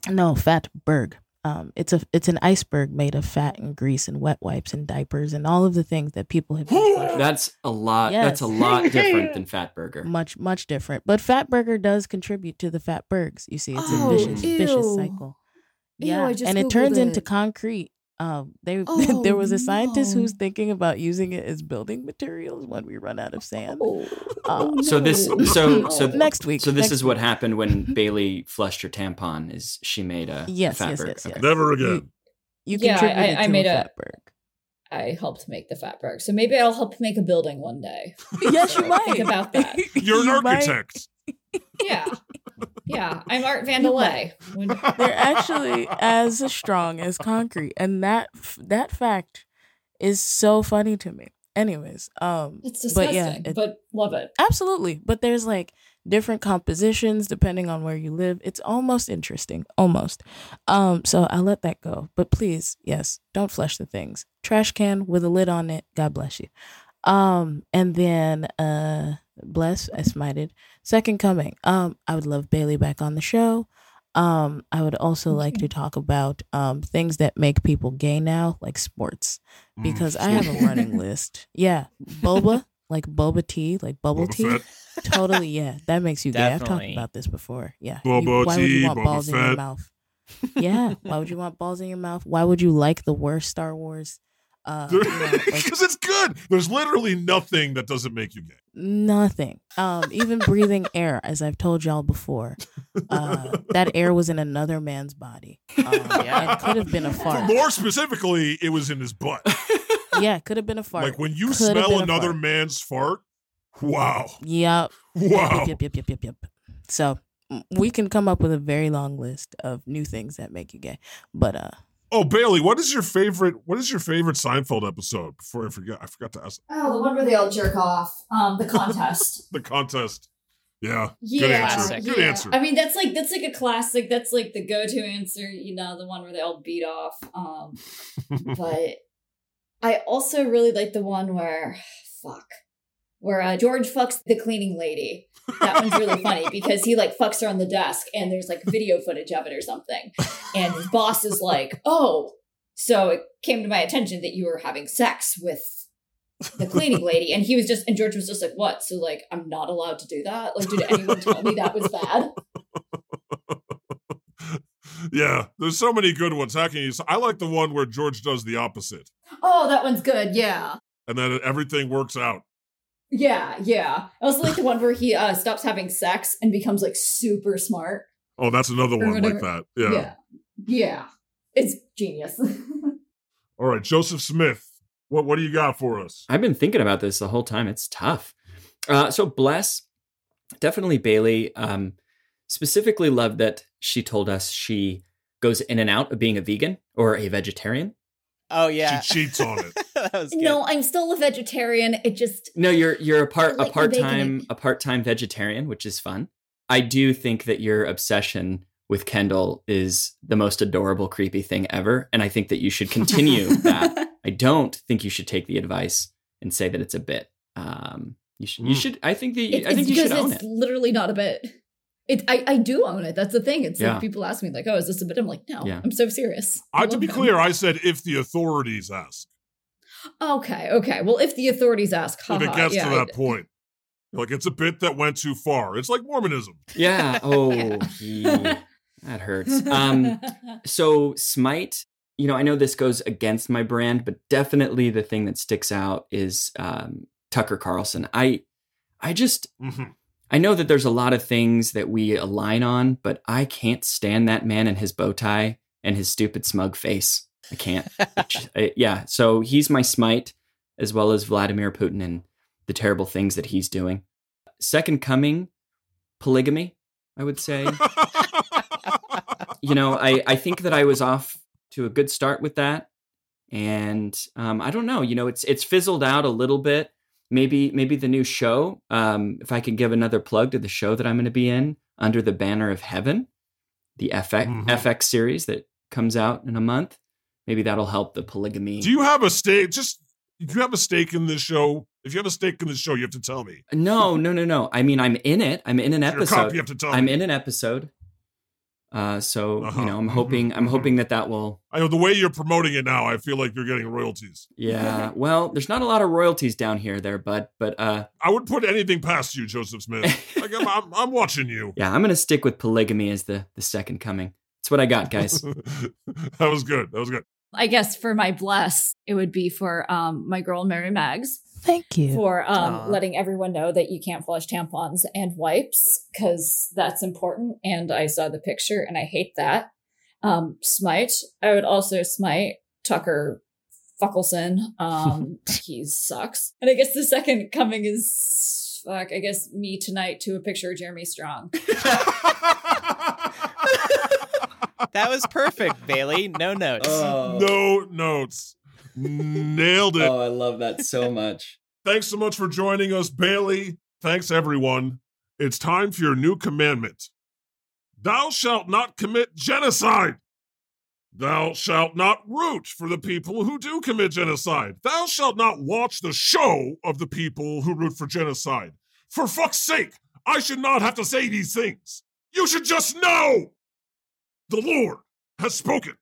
Speaker 4: no, fatberg. Um, it's a it's an iceberg made of fat and grease and wet wipes and diapers and all of the things that people have been flushing.
Speaker 5: (laughs) That's a lot. That's a
Speaker 4: Yes. (laughs)
Speaker 5: lot different than Fat Burger.
Speaker 4: much much different. But Fatburger does contribute to the Fatbergs. You see, it's
Speaker 5: Oh,
Speaker 4: a vicious vicious
Speaker 9: ew.
Speaker 4: cycle.
Speaker 9: Ew,
Speaker 4: Yeah,
Speaker 9: I just
Speaker 4: and it
Speaker 9: Googled
Speaker 4: turns into
Speaker 9: it.
Speaker 4: concrete. Um, they (laughs)
Speaker 9: Oh,
Speaker 4: there was a scientist who's
Speaker 9: no.
Speaker 4: thinking about using it as building materials when we run out of sand.
Speaker 9: Oh,
Speaker 4: Um,
Speaker 5: So this,
Speaker 9: (laughs)
Speaker 5: so
Speaker 4: (laughs)
Speaker 5: so
Speaker 4: Next week,
Speaker 5: So this
Speaker 4: next
Speaker 5: is what
Speaker 4: week.
Speaker 5: happened
Speaker 4: (laughs)
Speaker 5: when Bailey flushed her tampon. Is she made a
Speaker 4: Yes,
Speaker 5: Fat
Speaker 4: yes,
Speaker 5: Burger.
Speaker 4: yes, yes. (laughs)
Speaker 5: Okay.
Speaker 3: Never again.
Speaker 4: You
Speaker 2: Yeah, I-
Speaker 4: contributed
Speaker 2: I
Speaker 4: to
Speaker 2: made
Speaker 4: a
Speaker 9: (laughs)
Speaker 2: a-
Speaker 4: Fatberg.
Speaker 2: I helped make the fatberg, so maybe I'll help make a building one day.
Speaker 4: yes,
Speaker 2: (laughs)
Speaker 4: you
Speaker 2: Think
Speaker 4: might
Speaker 5: (laughs)
Speaker 2: about that.
Speaker 3: You're
Speaker 4: You
Speaker 3: an
Speaker 4: might.
Speaker 3: architect.
Speaker 2: Yeah, yeah, I'm Art Vandelay.
Speaker 4: (laughs)
Speaker 2: Would-
Speaker 4: They're actually as strong as concrete, and that that fact is so funny to me. Anyways, um,
Speaker 2: It's
Speaker 4: but
Speaker 2: disgusting,
Speaker 4: yeah, it-
Speaker 2: but love it.
Speaker 4: Absolutely. But there's like different compositions depending on where you live. It's almost interesting. Almost. Um, so I'll let that go. But please, yes, don't flush the things. Trash can with a lid on it. God bless you. Um, and then uh bless, I smited. Second coming. Um, I would love Bailey back on the show. Um, I would also like to talk about um things that make people gay now, like sports.
Speaker 3: Mm,
Speaker 4: Because I have a running list. Yeah. Boba, like boba tea, like bubble
Speaker 3: Boba
Speaker 4: tea.
Speaker 3: Fett.
Speaker 4: (laughs)
Speaker 3: (laughs)
Speaker 4: Totally, yeah. That makes you gay. I've talked
Speaker 1: Definitely.
Speaker 4: about this before. Yeah.
Speaker 3: Boba
Speaker 4: You- why would
Speaker 3: tea,
Speaker 4: you want
Speaker 3: Boba
Speaker 4: balls in your
Speaker 3: Fett.
Speaker 4: mouth? Yeah. why would you want balls in your mouth? Why would you like the worst Star Wars? Uh, you
Speaker 3: (laughs)
Speaker 4: know, like,
Speaker 3: Because it's good. There's literally nothing that doesn't make you gay.
Speaker 4: nothing. Um, even breathing air, as I've told y'all before, uh, that air was in another man's body. Um,
Speaker 1: Yeah.
Speaker 4: and could have
Speaker 3: (laughs)
Speaker 4: been a fart.
Speaker 3: More specifically, it was in his butt.
Speaker 4: Yeah, could have been a (laughs) fart.
Speaker 3: Like when you
Speaker 4: Could have
Speaker 3: smell
Speaker 4: been a
Speaker 3: another
Speaker 4: fart.
Speaker 3: man's fart, wow,
Speaker 4: Yep.
Speaker 3: wow.
Speaker 4: Yep, yep, yep, yep, yep, yep. So mm, we can come up with a very long list of new things that make you gay. But uh
Speaker 3: Oh, Bailey, what is your favorite? What is your favorite Seinfeld episode? Before I forget, I forgot to ask
Speaker 2: Oh, the one where they all jerk off. Um, the contest.
Speaker 3: the contest. Yeah,
Speaker 2: Yeah,
Speaker 3: good answer.
Speaker 1: Classic.
Speaker 3: Good
Speaker 2: yeah.
Speaker 3: answer.
Speaker 2: I mean, that's like that's like a classic. That's like the go-to answer. You know, the one where they all beat off.
Speaker 3: (laughs)
Speaker 2: Um, but I also really like the one where (sighs) fuck, where uh, George fucks the cleaning lady. That one's really
Speaker 3: (laughs)
Speaker 2: funny because he like fucks her on the desk, and there's like video footage of it or something. And his boss is like, "Oh, so it came to my attention that you were having sex with the cleaning lady and he was just and george was just like what so like i'm not allowed to do that like did anyone tell me that was bad
Speaker 3: yeah, there's so many good ones. How can you? I like the one where George does the opposite,
Speaker 2: (laughs) oh that one's good yeah
Speaker 3: and then everything works out.
Speaker 2: yeah yeah i also like the one where he uh stops having sex and becomes like super smart
Speaker 3: Oh, that's another
Speaker 2: Or
Speaker 3: one like
Speaker 2: whatever.
Speaker 3: that. Yeah.
Speaker 2: yeah, Yeah. It's genius. (laughs)
Speaker 3: All right, Joseph Smith. What what do you got for us?
Speaker 5: I've been thinking about this the whole time. It's tough. Uh, so bless, definitely Bailey. Um, specifically, love that she told us she goes in and out of being a vegan or a vegetarian.
Speaker 1: Oh yeah,
Speaker 3: She cheats on it.
Speaker 1: (laughs) that was good.
Speaker 2: no, I'm still a vegetarian. It just
Speaker 5: No, you're you're a part
Speaker 2: like
Speaker 5: a
Speaker 2: the
Speaker 5: part
Speaker 2: bacon
Speaker 5: time
Speaker 2: egg.
Speaker 5: a part time vegetarian, which is fun. I do think that your obsession with Kendall is the most adorable, creepy thing ever, and I think that you should continue
Speaker 2: (laughs)
Speaker 5: that. I don't think you should take the advice and say that it's a bit. Um, you should. You
Speaker 3: Mm.
Speaker 5: should. I think that you,
Speaker 2: It's,
Speaker 5: I think
Speaker 2: it's
Speaker 5: you
Speaker 2: because
Speaker 5: should own
Speaker 2: it's
Speaker 5: it.
Speaker 2: literally not a bit. It, I, I do own it. That's the thing. It's
Speaker 5: Yeah.
Speaker 2: like people ask me like, "Oh, is this a bit?" I'm like, "No,
Speaker 5: Yeah.
Speaker 2: I'm so serious."
Speaker 3: I, Uh, to
Speaker 2: love
Speaker 3: be
Speaker 2: them.
Speaker 3: clear, I said if the authorities ask.
Speaker 2: Okay, okay. Well, if the authorities ask,
Speaker 3: If it
Speaker 2: haha,
Speaker 3: gets
Speaker 2: Uh-huh, yeah,
Speaker 3: to
Speaker 2: I-
Speaker 3: that point. Like it's a bit that went too far. It's like Mormonism. (laughs)
Speaker 5: Yeah. Oh, gee, that hurts. Um, so smite you know i know this goes against my brand but definitely the thing that sticks out is um, tucker carlson i i just
Speaker 3: Mhm.
Speaker 5: i know that there's a lot of things that we align on but i can't stand that man and his bow tie and his stupid smug face i can't It just- I- yeah so he's my smite as well as vladimir putin and the terrible things that he's doing second coming polygamy i would say you know, I, I think that I was off to a good start with that. And um, I don't know, you know, it's it's fizzled out a little bit. Maybe maybe the new show, um, if I could give another plug to the show that I'm going to be in under the banner of heaven, the FX
Speaker 3: Mhm.
Speaker 5: FX series that comes out in a month. Maybe that'll help the polygamy.
Speaker 3: Do you have a stake? Just if you have a stake in this show, if you have a stake in this show, you have to tell me.
Speaker 5: no, no, no, no. I mean, I'm in it. I'm in an
Speaker 3: If you're a cop,
Speaker 5: episode.
Speaker 3: you have to tell
Speaker 5: I'm
Speaker 3: me.
Speaker 5: in an episode. Uh, so
Speaker 3: Uh-huh.
Speaker 5: you know, I'm
Speaker 3: Mhm.
Speaker 5: hoping I'm
Speaker 3: Mhm.
Speaker 5: hoping that that will
Speaker 3: I know the way you're promoting it now. I feel like you're getting royalties.
Speaker 5: (laughs) Yeah. Well, there's not a lot of royalties down here, there, bud. But uh,
Speaker 3: I would put anything past you, Joseph Smith. Like I'm, I'm, I'm watching you.
Speaker 5: yeah, I'm gonna stick with polygamy as the the second coming. That's what I got, (laughs) (laughs) guys.
Speaker 3: (laughs) that was good. That was
Speaker 5: (laughs)
Speaker 3: good.
Speaker 2: (laughs)
Speaker 3: (laughs)
Speaker 2: I guess for my bless, it would be for um, my girl Mary Mags
Speaker 4: Thank you.
Speaker 2: for um,
Speaker 1: Aw.
Speaker 2: letting everyone know that you can't flush tampons and wipes because that's important. And I saw the picture and I hate that. Um, smite. I would also smite Tucker Fuckelson. Um, he sucks. And I guess the second coming is fuck. I guess me tonight to a picture of Jeremy Strong.
Speaker 1: That was perfect, Bailey.
Speaker 2: (laughs)
Speaker 1: No notes.
Speaker 3: No notes. Nailed it.
Speaker 5: Oh, I love that so much.
Speaker 3: Thanks so much for joining us, Bailey. Thanks, everyone. It's time for your new commandment Thou shalt not commit genocide. Thou shalt not root for the people who do commit genocide. Thou shalt not watch the show of the people who root for genocide. For fuck's sake, I should not have to say these things. You should just know. The Lord has spoken.